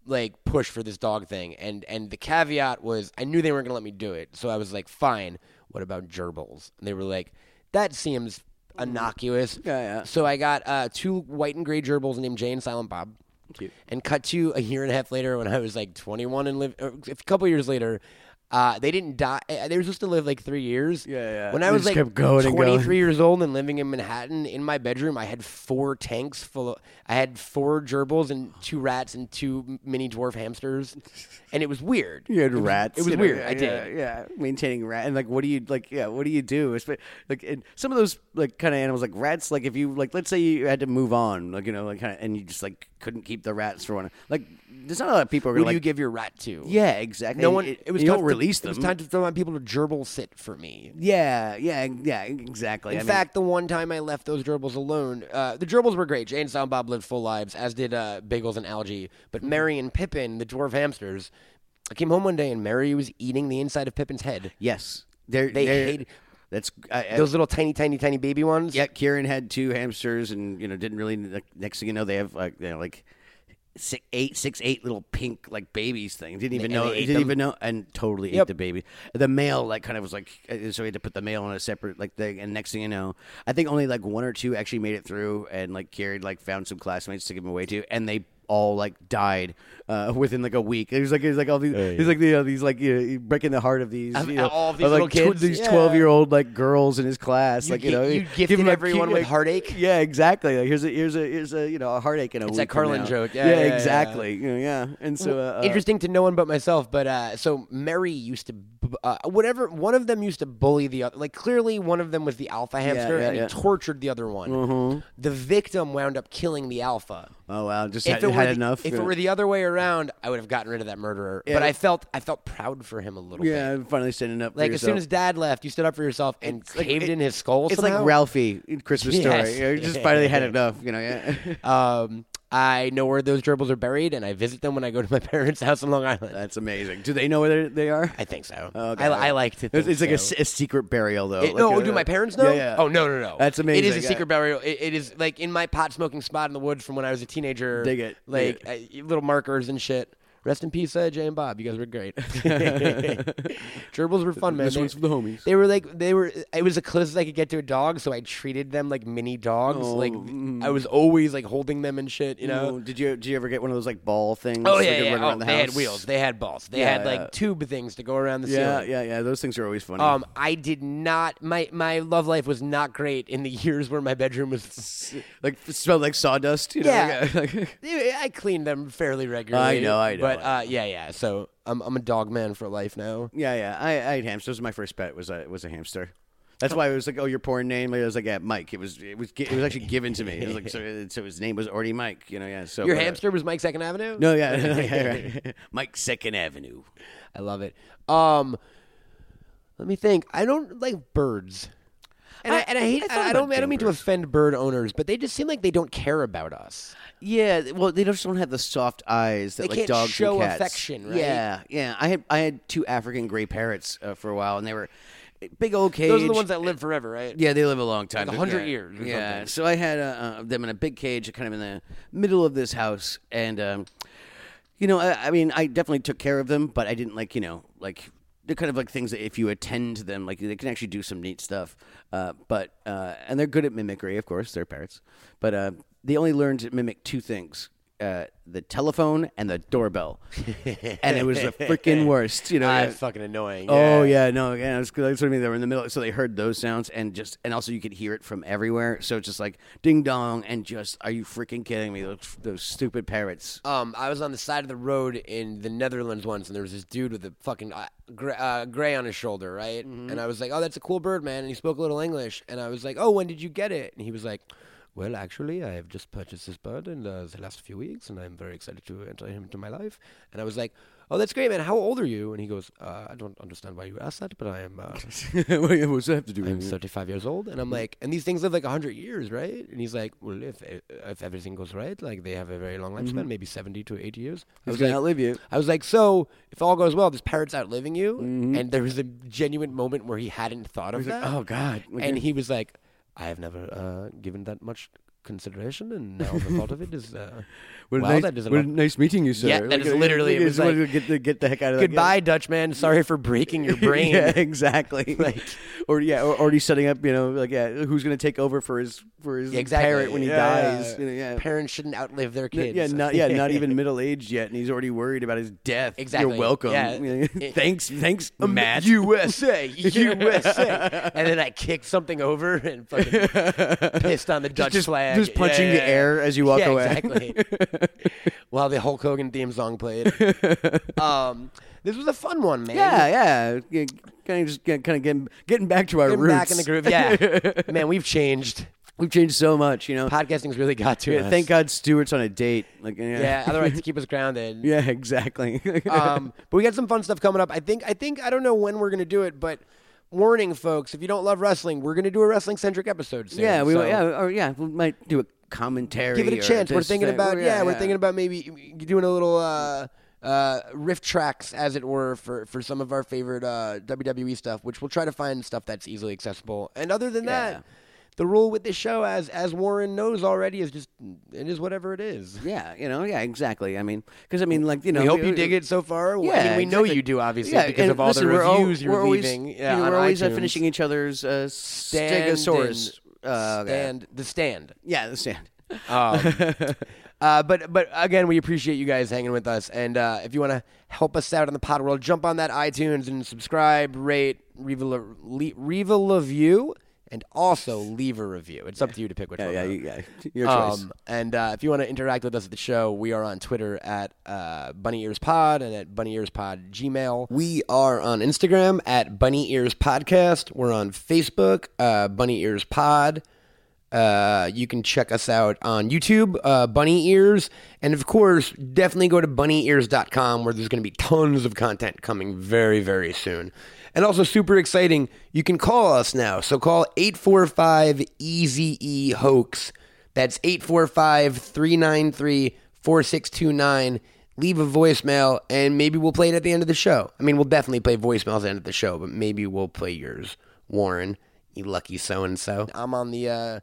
[SPEAKER 3] like push for this dog thing, and and the caveat was I knew they weren't gonna let me do it, so I was like, fine. What about gerbils? And they were like, that seems innocuous.
[SPEAKER 2] Mm. Yeah, yeah.
[SPEAKER 3] So I got uh, two white and gray gerbils named Jay and Silent Bob.
[SPEAKER 2] Cute.
[SPEAKER 3] And cut to a year and a half later when I was like 21 and live or a couple years later. Uh, they didn't die. uh, They were supposed to live like three years.
[SPEAKER 2] Yeah, yeah.
[SPEAKER 3] When
[SPEAKER 2] They
[SPEAKER 3] I was
[SPEAKER 2] just
[SPEAKER 3] like
[SPEAKER 2] kept going and
[SPEAKER 3] 23
[SPEAKER 2] going.
[SPEAKER 3] years old and living in Manhattan in my bedroom, I had four tanks full of. I had four gerbils and two rats and two mini dwarf hamsters, and it was weird.
[SPEAKER 2] You had rats.
[SPEAKER 3] it was
[SPEAKER 2] you know,
[SPEAKER 3] weird,
[SPEAKER 2] Yeah,
[SPEAKER 3] I did.
[SPEAKER 2] Yeah, yeah. maintaining rat and like, what do you like? Yeah, what do you do? Espe- Like, and some of those like kind of animals, like rats. Like, if you like, let's say you had to move on, like you know, like kind of, and you just like couldn't keep the rats for one. Like, there's not a lot of people who are
[SPEAKER 3] Who
[SPEAKER 2] like,
[SPEAKER 3] do you give your rat to?
[SPEAKER 2] yeah, exactly.
[SPEAKER 3] no
[SPEAKER 2] And
[SPEAKER 3] one.
[SPEAKER 2] It,
[SPEAKER 3] It, was
[SPEAKER 2] you
[SPEAKER 3] tough
[SPEAKER 2] don't
[SPEAKER 3] to-
[SPEAKER 2] release them.
[SPEAKER 3] It was time to find people to gerbil sit for me.
[SPEAKER 2] yeah, yeah, yeah. Exactly.
[SPEAKER 3] In
[SPEAKER 2] I mean,
[SPEAKER 3] fact, the one time I left those gerbils alone, uh, the gerbils were great. Jay and Silent Bob lived full lives, as did uh, Bagels and Algae. But
[SPEAKER 2] Mm-hmm.
[SPEAKER 3] Mary and Pippin, the dwarf hamsters, I came home one day and Mary was eating the inside of Pippin's head.
[SPEAKER 2] yes, they're,
[SPEAKER 3] They
[SPEAKER 2] they're-
[SPEAKER 3] hate-
[SPEAKER 2] that's I, I,
[SPEAKER 3] Those little tiny, tiny, tiny baby ones.
[SPEAKER 2] Yeah, Kieran had two hamsters, and you know didn't really. Like, next thing you know, they have like you know, like six, eight, six, eight little pink like babies thing. Didn't even
[SPEAKER 3] And
[SPEAKER 2] know.
[SPEAKER 3] they ate
[SPEAKER 2] Didn't
[SPEAKER 3] them?
[SPEAKER 2] even know, and totally ate
[SPEAKER 3] Yep.
[SPEAKER 2] the baby. The male like kind of was like, uh, so we had to put the male on a separate like thing. And next thing you know, I think only like one or two actually made it through, and like Kieran like found some classmates to give him away to, and they. All like died uh, within like a week. It was like it was like all these. It was like you know, these like you know, breaking the heart of these
[SPEAKER 3] Of
[SPEAKER 2] you know,
[SPEAKER 3] all these
[SPEAKER 2] of, like,
[SPEAKER 3] little kids.
[SPEAKER 2] these
[SPEAKER 3] Yeah.
[SPEAKER 2] twelve year old like girls in his class.
[SPEAKER 3] You
[SPEAKER 2] like you
[SPEAKER 3] gi-
[SPEAKER 2] know,
[SPEAKER 3] you
[SPEAKER 2] give
[SPEAKER 3] gifted
[SPEAKER 2] him a
[SPEAKER 3] everyone with heartache?
[SPEAKER 2] yeah, exactly. Like, here's a here's a here's a you know a heartache and a.
[SPEAKER 3] It's
[SPEAKER 2] week
[SPEAKER 3] that
[SPEAKER 2] from
[SPEAKER 3] Carlin
[SPEAKER 2] now.
[SPEAKER 3] joke. Yeah,
[SPEAKER 2] yeah,
[SPEAKER 3] yeah, yeah, yeah.
[SPEAKER 2] exactly. Yeah. yeah, and so uh, uh,
[SPEAKER 3] Interesting to no one but myself. But uh, so Mary used to, bu- uh, whatever, one of them used to bully the other. Like clearly, one of them was the alpha hamster
[SPEAKER 2] yeah,
[SPEAKER 3] and
[SPEAKER 2] yeah. Mm-hmm.
[SPEAKER 3] he tortured the other one. The victim wound up killing the alpha.
[SPEAKER 2] Oh wow, just
[SPEAKER 3] if
[SPEAKER 2] had,
[SPEAKER 3] it were
[SPEAKER 2] had
[SPEAKER 3] the,
[SPEAKER 2] enough.
[SPEAKER 3] If it were the other way around, I would have gotten rid of that murderer. But I felt I felt proud for him a little
[SPEAKER 2] yeah,
[SPEAKER 3] bit.
[SPEAKER 2] I'm finally standing up. for
[SPEAKER 3] Like as soon
[SPEAKER 2] yourself.
[SPEAKER 3] as Dad left, you stood up for yourself and
[SPEAKER 2] like-
[SPEAKER 3] caved
[SPEAKER 2] it-
[SPEAKER 3] in his skull.
[SPEAKER 2] it's
[SPEAKER 3] somehow.
[SPEAKER 2] like Ralphie in Christmas
[SPEAKER 3] Yes.
[SPEAKER 2] Story. You know, just finally had enough. You know, yeah.
[SPEAKER 3] Um, I know where those gerbils are buried, and I visit them when I go to my parents' house on Long Island.
[SPEAKER 2] That's amazing. Do they know where they- they are?
[SPEAKER 3] I think so.
[SPEAKER 2] Oh, Okay.
[SPEAKER 3] I, I like to.
[SPEAKER 2] It's,
[SPEAKER 3] think
[SPEAKER 2] it's like a
[SPEAKER 3] so.
[SPEAKER 2] se- a, secret burial though.
[SPEAKER 3] It-
[SPEAKER 2] like
[SPEAKER 3] no,
[SPEAKER 2] a-
[SPEAKER 3] do my parents know?
[SPEAKER 2] Yeah, yeah.
[SPEAKER 3] Oh no, no, no.
[SPEAKER 2] That's
[SPEAKER 3] It is
[SPEAKER 2] amazing.
[SPEAKER 3] a
[SPEAKER 2] Yeah.
[SPEAKER 3] secret burial. It, it is like in my pot smoking spot in the woods from when I was a teenager.
[SPEAKER 2] Dig it.
[SPEAKER 3] Like
[SPEAKER 2] Dig
[SPEAKER 3] uh, little markers and shit. Rest in peace, uh, Jay and Bob. You guys were great. Gerbils were fun, man.
[SPEAKER 2] This
[SPEAKER 3] They-
[SPEAKER 2] one's for the homies.
[SPEAKER 3] They were like they were. It was the closest I could get to a dog, so I treated them like mini dogs.
[SPEAKER 2] Oh,
[SPEAKER 3] like
[SPEAKER 2] mm.
[SPEAKER 3] I was always like holding them and shit. You know.
[SPEAKER 2] Oh, did you did you ever get one of those like ball things?
[SPEAKER 3] Oh
[SPEAKER 2] that
[SPEAKER 3] yeah,
[SPEAKER 2] could
[SPEAKER 3] yeah.
[SPEAKER 2] run
[SPEAKER 3] Oh,
[SPEAKER 2] around the
[SPEAKER 3] they had
[SPEAKER 2] house?
[SPEAKER 3] wheels. They had balls. They
[SPEAKER 2] Yeah,
[SPEAKER 3] had like
[SPEAKER 2] yeah.
[SPEAKER 3] tube things to go around the
[SPEAKER 2] Yeah,
[SPEAKER 3] ceiling.
[SPEAKER 2] yeah, yeah. Those things are always funny.
[SPEAKER 3] Um, I did not. My my love life was not great in the years where my bedroom was.
[SPEAKER 2] like smelled like sawdust. You know,
[SPEAKER 3] Yeah.
[SPEAKER 2] like, like-
[SPEAKER 3] I cleaned them fairly regularly.
[SPEAKER 2] I know, I know,
[SPEAKER 3] But
[SPEAKER 2] I
[SPEAKER 3] uh, yeah, yeah. So I'm I'm a dog man for life now.
[SPEAKER 2] Yeah, yeah. I, I had hamsters. My first pet was a was a hamster. That's why I was like, "Oh, your porn name." Like, I was like, "Yeah, Mike." It was it was it was actually given to me. It was like, so, so his name was already Mike. You know, yeah. So
[SPEAKER 3] Your
[SPEAKER 2] but, uh,
[SPEAKER 3] hamster was Mike Second Avenue.
[SPEAKER 2] No, yeah, yeah, right. Mike Second Avenue.
[SPEAKER 3] I love it. Um, let me think. I don't like birds. And I, and I hate
[SPEAKER 2] I thought
[SPEAKER 3] I, I
[SPEAKER 2] about
[SPEAKER 3] don't I don't mean to
[SPEAKER 2] jailbirds.
[SPEAKER 3] offend bird owners, but they just seem like they don't care about us.
[SPEAKER 2] Yeah, well, they just don't have the soft eyes that
[SPEAKER 3] They
[SPEAKER 2] like
[SPEAKER 3] can't
[SPEAKER 2] dogs
[SPEAKER 3] show
[SPEAKER 2] and cats.
[SPEAKER 3] affection, right?
[SPEAKER 2] Yeah, yeah. I had I had two African gray parrots uh, for a while, and they were big old cage.
[SPEAKER 3] Those are the ones that live forever, right?
[SPEAKER 2] Yeah, they live a long time.
[SPEAKER 3] Like 100
[SPEAKER 2] Yeah.
[SPEAKER 3] years or
[SPEAKER 2] Yeah. So I had uh, uh, them in a big cage, kind of in the middle of this house, and um, you know, I, I mean, I definitely took care of them, but I didn't like, you know, like they're kind of like things that if you attend to them, like they can actually do some neat stuff. Uh, but uh, and they're good at mimicry, of course, they're parrots, but uh, they only learned to mimic two things. Uh, the telephone and the doorbell, and it was the freaking worst. You know,
[SPEAKER 3] Ah,
[SPEAKER 2] I-
[SPEAKER 3] it's fucking annoying.
[SPEAKER 2] Oh yeah, no, yeah, that's, that's what I mean. They were in the middle, so they heard those sounds, and just and also you could hear it from everywhere. So it's just like ding dong, and just are you freaking kidding me? Those, those stupid parrots.
[SPEAKER 3] Um, I was on the side of the road in the Netherlands once, and there was this dude with a fucking uh, gray, uh, gray on his shoulder, right? And I was like, "Oh, that's a cool bird, man." And he spoke a little English, and I was like, "Oh, when did you get it?" And he was like, "Well, actually, I have just purchased this bird in uh, the last few weeks, and I'm very excited to enter him into my life." And I was like, "Oh, that's great, man. How old are you?" And he goes, uh, "I don't understand why you asked that, but I am." Uh,
[SPEAKER 2] what does that have to do
[SPEAKER 3] I'm 35 years old, and I'm
[SPEAKER 2] Mm-hmm.
[SPEAKER 3] like, and these things live like 100 years, right? And he's like, well, if eh, if everything goes right, like they have a very long lifespan, maybe 70 to 80 years.
[SPEAKER 2] Mm-hmm.
[SPEAKER 3] I
[SPEAKER 2] He's
[SPEAKER 3] was
[SPEAKER 2] gonna
[SPEAKER 3] like,
[SPEAKER 2] outlive you.
[SPEAKER 3] I was like, so if all goes well, this parrot's outliving you, and there was a genuine moment where he hadn't thought of
[SPEAKER 2] Mm-hmm. He's like,
[SPEAKER 3] that.
[SPEAKER 2] oh God, Like,
[SPEAKER 3] and he was like, I have never uh, given that much consideration, and now the thought of it is, uh,
[SPEAKER 2] what a
[SPEAKER 3] wow,
[SPEAKER 2] nice,
[SPEAKER 3] that is a
[SPEAKER 2] what a
[SPEAKER 3] lot.
[SPEAKER 2] nice meeting you, sir.
[SPEAKER 3] Yeah, that is literally- it
[SPEAKER 2] you
[SPEAKER 3] was
[SPEAKER 2] just wanted
[SPEAKER 3] like,
[SPEAKER 2] to get the, get the heck out of that-
[SPEAKER 3] goodbye, Dutchman. Sorry for breaking your brain.
[SPEAKER 2] yeah, exactly. or yeah, or already setting up. You know, like yeah, who's gonna take over for his for his
[SPEAKER 3] Yeah, exactly.
[SPEAKER 2] parrot when he
[SPEAKER 3] Yeah.
[SPEAKER 2] dies? You know, yeah.
[SPEAKER 3] Parents shouldn't outlive their
[SPEAKER 2] N-
[SPEAKER 3] kids.
[SPEAKER 2] Yeah, not yeah, not even middle aged yet, and he's already worried about his death.
[SPEAKER 3] Exactly.
[SPEAKER 2] You're welcome.
[SPEAKER 3] Yeah.
[SPEAKER 2] thanks, thanks, Matt.
[SPEAKER 3] USA, USA. and then I kicked something over and fucking pissed on the Dutch
[SPEAKER 2] just-
[SPEAKER 3] flag.
[SPEAKER 2] just punching the air as you walk
[SPEAKER 3] Yeah,
[SPEAKER 2] away.
[SPEAKER 3] Exactly. While the Hulk Hogan theme song played. Um, this was a fun one, man.
[SPEAKER 2] yeah, yeah. Kind of just kind of getting getting back to our
[SPEAKER 3] Getting
[SPEAKER 2] roots.
[SPEAKER 3] back in the groove. Yeah. man, we've changed.
[SPEAKER 2] We've changed so much, you know.
[SPEAKER 3] Podcasting's really got to
[SPEAKER 2] Yeah,
[SPEAKER 3] us.
[SPEAKER 2] Thank God Stewart's on a date. Like yeah,
[SPEAKER 3] Yeah, otherwise to keep us grounded.
[SPEAKER 2] Yeah, exactly.
[SPEAKER 3] um, but we got some fun stuff coming up. I think I think I don't know when we're gonna do it, but warning, folks, if you don't love wrestling, we're gonna do a wrestling centric episode soon.
[SPEAKER 2] yeah, we
[SPEAKER 3] so.
[SPEAKER 2] yeah or yeah we might do a commentary.
[SPEAKER 3] give it a
[SPEAKER 2] or
[SPEAKER 3] chance. We're
[SPEAKER 2] this,
[SPEAKER 3] thinking
[SPEAKER 2] that.
[SPEAKER 3] about yeah, we're thinking about maybe doing a little uh, uh, riff tracks, as it were, for for some of our favorite uh, WWE stuff, which we'll try to find stuff that's easily accessible. And other than
[SPEAKER 2] Yeah.
[SPEAKER 3] that, the rule with this show, as as Warren knows already, is just it is whatever it is.
[SPEAKER 2] Yeah, you know, yeah, exactly. I mean, because I mean, like you know,
[SPEAKER 3] We hope you dig it so far. Well, I mean, we know
[SPEAKER 2] exactly.
[SPEAKER 3] you do, obviously,
[SPEAKER 2] Yeah,
[SPEAKER 3] because
[SPEAKER 2] and
[SPEAKER 3] of all
[SPEAKER 2] listen,
[SPEAKER 3] the
[SPEAKER 2] we're al-
[SPEAKER 3] reviews
[SPEAKER 2] we're
[SPEAKER 3] you're
[SPEAKER 2] always,
[SPEAKER 3] leaving.
[SPEAKER 2] you
[SPEAKER 3] yeah,
[SPEAKER 2] know,
[SPEAKER 3] on
[SPEAKER 2] we're always uh,
[SPEAKER 3] iTunes.
[SPEAKER 2] finishing each other's uh,
[SPEAKER 3] Stand
[SPEAKER 2] Stegosaurus.
[SPEAKER 3] in.
[SPEAKER 2] Uh, okay.
[SPEAKER 3] stand the stand.
[SPEAKER 2] Yeah, the stand.
[SPEAKER 3] Um, uh, but but again, we appreciate you guys hanging with us. And uh, if you want to help us out in the pod world, jump on that iTunes and subscribe, rate, leave a, le- le- leave a review, and also leave a review. It's up to you to pick which
[SPEAKER 2] Yeah,
[SPEAKER 3] one.
[SPEAKER 2] yeah,
[SPEAKER 3] though.
[SPEAKER 2] you- yeah. Your choice.
[SPEAKER 3] Um, and uh, if you want to interact with us at the show, we are on Twitter at uh, Bunny Ears Pod and at Bunny Ears Pod Gmail. We are on Instagram at Bunny Ears Podcast. We're on Facebook, uh, Bunny Ears Pod. Uh, you can check us out on YouTube, uh, Bunny Ears. And of course, definitely go to bunnyears.com where there's going to be tons of content coming very, very soon. And also, super exciting, you can call us now. So call 845 EZE E Hoax. That's 845 393 4629. Leave a voicemail, and maybe we'll play it at the end of the show. I mean, we'll definitely play voicemails at the end of the show, but maybe we'll play yours, Warren. You lucky so and so. I'm on the uh,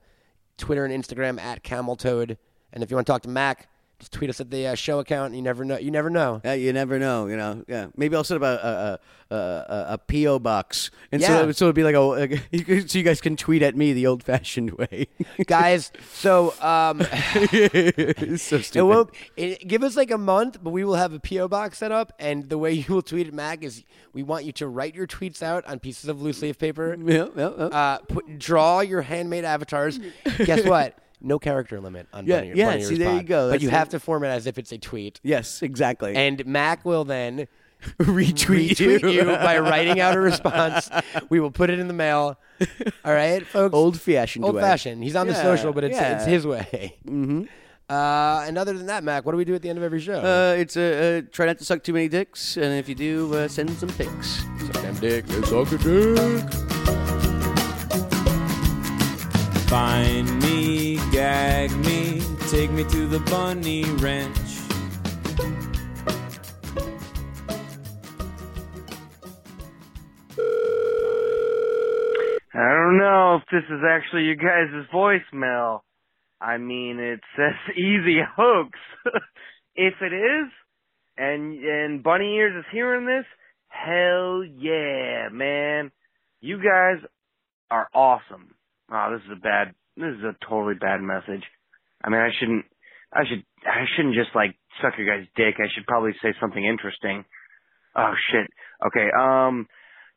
[SPEAKER 3] Twitter and Instagram at Cameltoad, and if you want to talk to Mac, just tweet us at the uh, show account. You never know. You never know.
[SPEAKER 2] Yeah, you never know, you know. Yeah, maybe I'll set up a a a, a, a PO box, and
[SPEAKER 3] Yeah.
[SPEAKER 2] so so it'll be like a like, you could- so you guys can tweet at me the old fashioned way.
[SPEAKER 3] Guys, so um,
[SPEAKER 2] it's so
[SPEAKER 3] It
[SPEAKER 2] stupid.
[SPEAKER 3] won't. It, give us like a month, but we will have a PO box set up, and the way you will tweet at Mac is we want you to write your tweets out on pieces of loose leaf paper.
[SPEAKER 2] Yeah, yeah, yeah.
[SPEAKER 3] Uh, put, draw your handmade avatars. Guess what? No character limit on
[SPEAKER 2] Yeah,
[SPEAKER 3] Bunny,
[SPEAKER 2] yeah,
[SPEAKER 3] Bunny
[SPEAKER 2] see,
[SPEAKER 3] Ears
[SPEAKER 2] there you
[SPEAKER 3] Pod.
[SPEAKER 2] go.
[SPEAKER 3] But
[SPEAKER 2] That's
[SPEAKER 3] you
[SPEAKER 2] it.
[SPEAKER 3] have to form it as if it's a tweet,
[SPEAKER 2] yes, exactly.
[SPEAKER 3] and Mac will then
[SPEAKER 2] retweet,
[SPEAKER 3] retweet you by writing out a response. We will put it in the mail. All right, folks.
[SPEAKER 2] old fashioned.
[SPEAKER 3] Old fashioned. He's on the
[SPEAKER 2] Yeah,
[SPEAKER 3] social, but it's
[SPEAKER 2] yeah.
[SPEAKER 3] it's his way. Mm-hmm. Uh, and other than that, Mac, what do we do at the end of every show?
[SPEAKER 2] Uh, it's a uh, try not to suck too many dicks, and if you do, uh, send some pics.
[SPEAKER 3] Damn dick, suck a dick.
[SPEAKER 1] Find me, gag me, take me to the bunny ranch.
[SPEAKER 2] don't know if this is actually you guys' voicemail. I mean, it says easy hoax. if it is, and and Bunny Ears is hearing this, hell yeah, man! You guys are awesome. Wow, this is a bad. This is a totally bad message. I mean, I shouldn't. I should. I shouldn't just like suck your guys' dick. I should probably say something interesting. Oh shit. Okay. Um.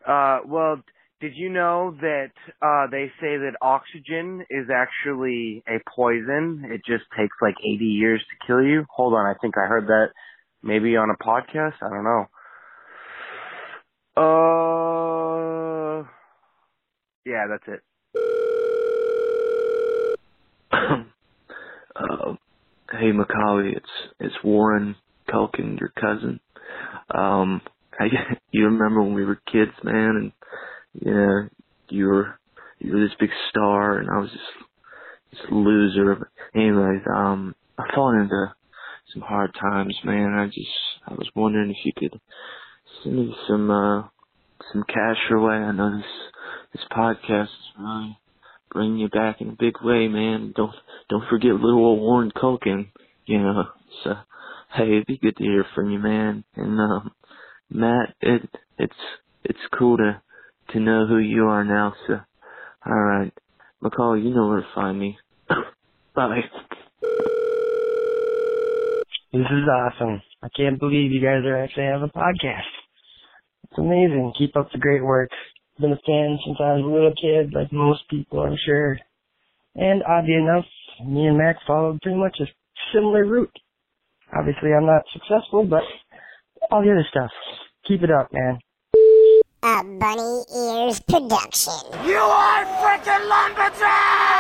[SPEAKER 2] Uh. Well, did you know that uh they say that oxygen is actually a poison? It just takes like 80 years to kill you. Hold on, I think I heard that maybe on a podcast. I don't know. Uh. Yeah, that's it.
[SPEAKER 4] Uh, hey, Macaulay, it's it's Warren Culkin, your cousin. Um, I, you remember when we were kids, man, and you know you were you were this big star, and I was just this loser. But anyways, um, I've fallen into some hard times, man. I just I was wondering if you could send me some uh some cash your way. I know this this podcast is really bringing you back in a big way, man. Don't don't forget little old Warren Culkin, you know. So hey, it'd be good to hear from you, man. And um Matt, it it's it's cool to to know who you are now, so all right. McCall, you know where to find me. Bye.
[SPEAKER 5] This is awesome. I can't believe you guys are actually have a podcast. It's amazing. Keep up the great work. Been a fan since I was a little kid, like most people, I'm sure. And oddly enough, me and Mac followed pretty much a similar route. Obviously, I'm not successful, but all the other stuff. Keep it up, man.
[SPEAKER 6] A Bunny Ears production.
[SPEAKER 7] You are freaking lumberjack!